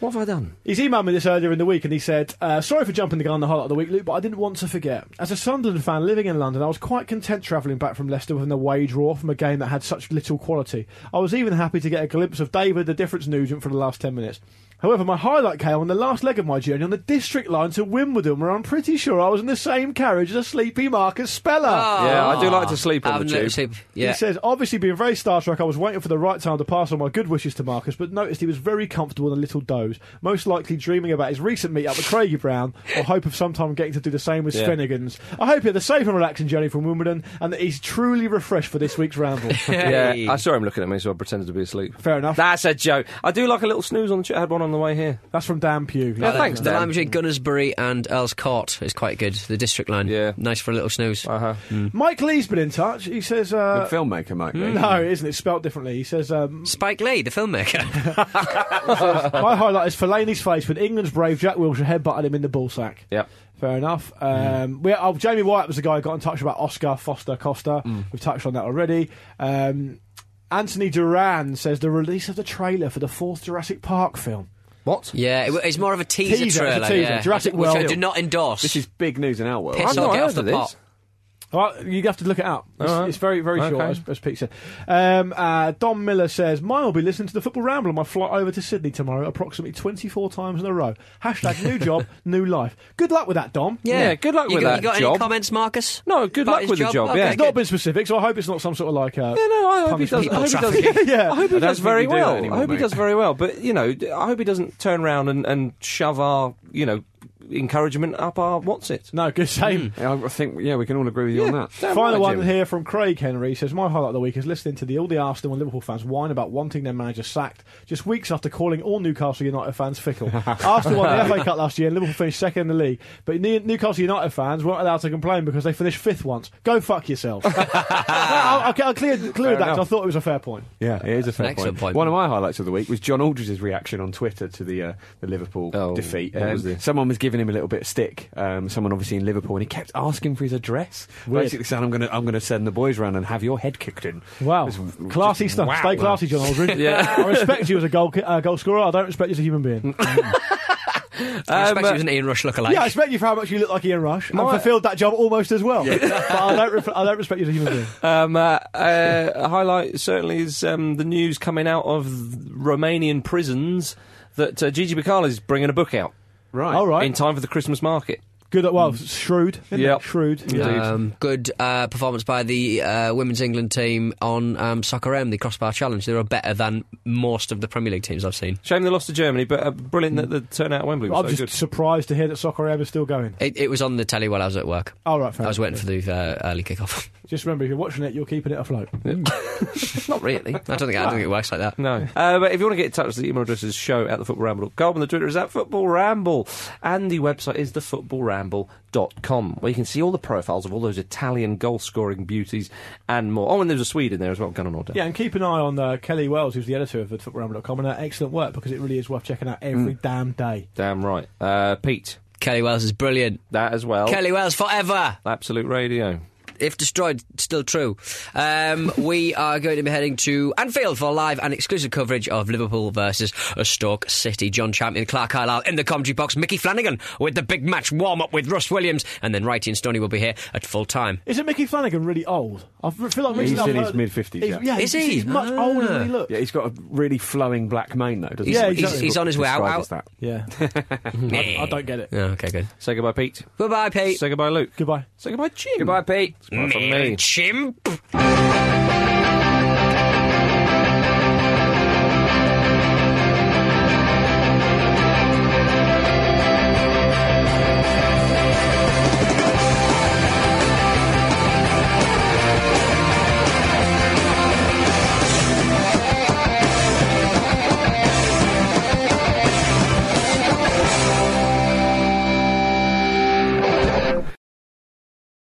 A: What have I done?
C: He's emailed me this earlier in the week and he said, uh, Sorry for jumping the gun on the highlight of the week, Luke, but I didn't want to forget. As a Sunderland fan living in London, I was quite content travelling back from Leicester with an away draw from a game that had such little quality. I was even happy to get a glimpse of David the Difference Nugent for the last 10 minutes. However, my highlight came on the last leg of my journey on the district line to Wimbledon, where I'm pretty sure I was in the same carriage as a sleepy Marcus Speller.
A: Yeah, I do like to sleep on
D: Having
A: the
D: a little
A: tube.
D: Oh. sleep. Yeah.
C: He says, obviously being very starstruck, I was waiting for the right time to pass on my good wishes to Marcus, but noticed he was very comfortable in a little doze, most likely dreaming about his recent meet up with Craigie Brown, or hope of sometime getting to do the same with
A: Yeah.
C: Svennigan's. I hope he had a safe and relaxing journey from Wimbledon, and that he's truly refreshed for this week's ramble.
A: Yeah,
D: Hey.
A: I saw him looking at me, so I pretended to be asleep.
C: Fair enough.
A: That's a joke. I do like a little snooze on the. Ch- I had one on the way here.
C: That's from Dan Pugh.
A: Yeah, thanks,
D: The
A: Dan.
D: line between Gunnersbury and Earl's Court is quite good. The district line.
A: Yeah.
D: Nice for a little snooze.
A: Uh huh.
C: Mike Lee's been in touch. He says, uh,
B: Good filmmaker, Mike. Lee.
C: no, it isn't. It's spelt differently. He says, um,
D: Spike Lee, the filmmaker.
C: my highlight is Fellaini's face when England's brave Jack Wilshere headbutted him in the ballsack.
A: Yep.
C: Fair enough. Um, we, oh, Jamie White was the guy who got in touch about Oscar Foster Costa. We've touched on that already. Um, Anthony Duran says the release of the trailer for the fourth Jurassic Park film.
A: What?
D: yeah, it, it's more of a teaser,
C: Teaser, it's a
D: trailer.
C: teaser.
D: yeah.
C: Jurassic
D: Which I
C: World.
D: do not endorse.
B: This is big news in our world.
D: Piss
A: I've not
D: off, get
A: heard
D: off the
A: of this.
D: pot.
C: Well, you have to look it up. It's,
B: All right.
C: it's very, very short,
B: Okay.
C: as, as Pete said. Um, uh, Don Miller says, Mine will be listening to the Football Ramble on my flight over to Sydney tomorrow, approximately 24 times in a row. Hashtag new job, new life. Good luck with that, Dom.
A: Yeah, Yeah. good luck
D: You
A: with
D: got,
A: that
D: you got
A: job.
D: any comments, Marcus?
A: No, good
D: About
A: luck
D: his
A: with the job, yeah.
D: Okay,
C: It's not
D: good.
C: been specific, so I hope it's not some sort of like. Uh,
A: Yeah, no, I hope he does. I
C: punishment.
A: hope he does.
C: Yeah.
A: I hope he
B: I don't
A: does
B: think
A: very
B: we do that
A: well.
B: anymore,
A: I hope
B: mate.
A: he does very well. But you know, I hope he doesn't turn around and, and shove our you know encouragement up our what's it.
C: No, good same.
B: Yeah, I think, yeah, we can all agree with you on that.
A: Damn
C: Final
A: right,
C: one
A: Jim.
C: here from Craig Henry says my highlight of the week is listening to the all the Arsenal and Liverpool fans whine about wanting their manager sacked just weeks after calling all Newcastle United fans fickle. Arsenal won the FA Cup last year and Liverpool finished second in the league, but New- Newcastle United fans weren't allowed to complain because they finished fifth once. Go fuck yourself. No, I'll, I'll, I'll clear, clear that. 'cause I
B: enough.
C: thought it was a fair point.
B: Yeah, it is a fair
D: an excellent point.
B: One of my highlights of the week was John Aldridge's reaction on Twitter to the uh, the Liverpool
A: Oh,
B: defeat.
A: what
B: Um,
A: was this?
B: someone was giving him a little bit of stick. Um, someone obviously in Liverpool, and he kept asking for his address,
C: Weird.
B: basically saying, "I'm going to I'm going to send the boys round and have your head kicked in."
C: Wow,
B: It was-
C: classy
B: just-
C: stuff.
B: wow.
C: Stay classy, John Aldridge.
B: Yeah.
C: I respect you as a goal ki- uh, goal scorer. I don't respect you as a human being.
D: I expect
A: Um,
D: it was an Ian Rush lookalike.
C: yeah, I respect you for how much you look like Ian Rush. I
A: My-
C: fulfilled that job almost as well. but I don't, re- I don't respect you as a human being.
A: Um, uh, uh, a highlight certainly is um, the news coming out of Romanian prisons that uh, Gigi Bacala is bringing a book out
B: Right.
C: All right.
A: in time for the Christmas market.
C: Good. at- Well, shrewd. isn't it?
A: Yep.
C: Shrewd.
D: Um, good uh, performance by the uh, women's England team on um, Soccer M, the crossbar challenge. They were better than most of the Premier League teams I've seen.
A: Shame they lost to Germany, but uh, brilliant that the turnout at Wembley was
C: Hmm. I'm
A: so
C: just
A: good.
C: surprised to hear that Soccer Am is still going.
D: It, it was on the telly while I was at work.
C: All right, fair
D: I was
C: enough.
D: waiting for the uh, early kickoff.
C: Just remember, if you're watching it, you're keeping it afloat.
D: Not really. I don't think I don't think it works like that.
A: No. Uh, but if you want to get in touch, the email address is show at the Football Ramble. Go on the Twitter is at Football Ramble. And the website is thefootballramble.com, where you can see all the profiles of all those Italian goal scoring beauties and more. Oh, and there's a Swede in there as well, Gunnar Nordell.
C: Yeah, and keep an eye on uh, Kelly Wells, who's the editor of the footballramble.com, and her excellent work because it really is worth checking out every damn day.
A: Damn right. Uh, Pete,
D: Kelly Wells is brilliant.
A: that as
C: Oh.
A: well.
D: Kelly Wells forever.
A: Absolute Radio.
D: if destroyed, still true. Um, we are going to be heading to Anfield for live and exclusive coverage of Liverpool versus Stoke City. John Champion, Clark Carlisle in the commentary box. Mickey Flanagan with the big match warm up with Russ Williams, and then Righty and Stoney will be here at full time.
C: Isn't Mickey Flanagan really old? I feel like
B: He's
C: recently I've
B: in his
C: heard-
B: mid-fifties,
C: He's-
B: yeah.
C: Yeah,
D: Is
C: he's,
D: he?
C: he's much
D: Ah.
C: older than he looks.
B: Yeah, he's got a really flowing black mane though, doesn't
C: Yeah,
B: he?
C: exactly.
D: he's on his way out.
B: Described as that.
C: Yeah. Hmm. I don't get it.
D: Oh, okay, good.
A: Say goodbye, Pete.
D: Goodbye, Pete.
A: Say goodbye, Luke.
C: Goodbye.
A: Say goodbye, Jim. Goodbye, Pete. Goodbye from me.
D: Chimp.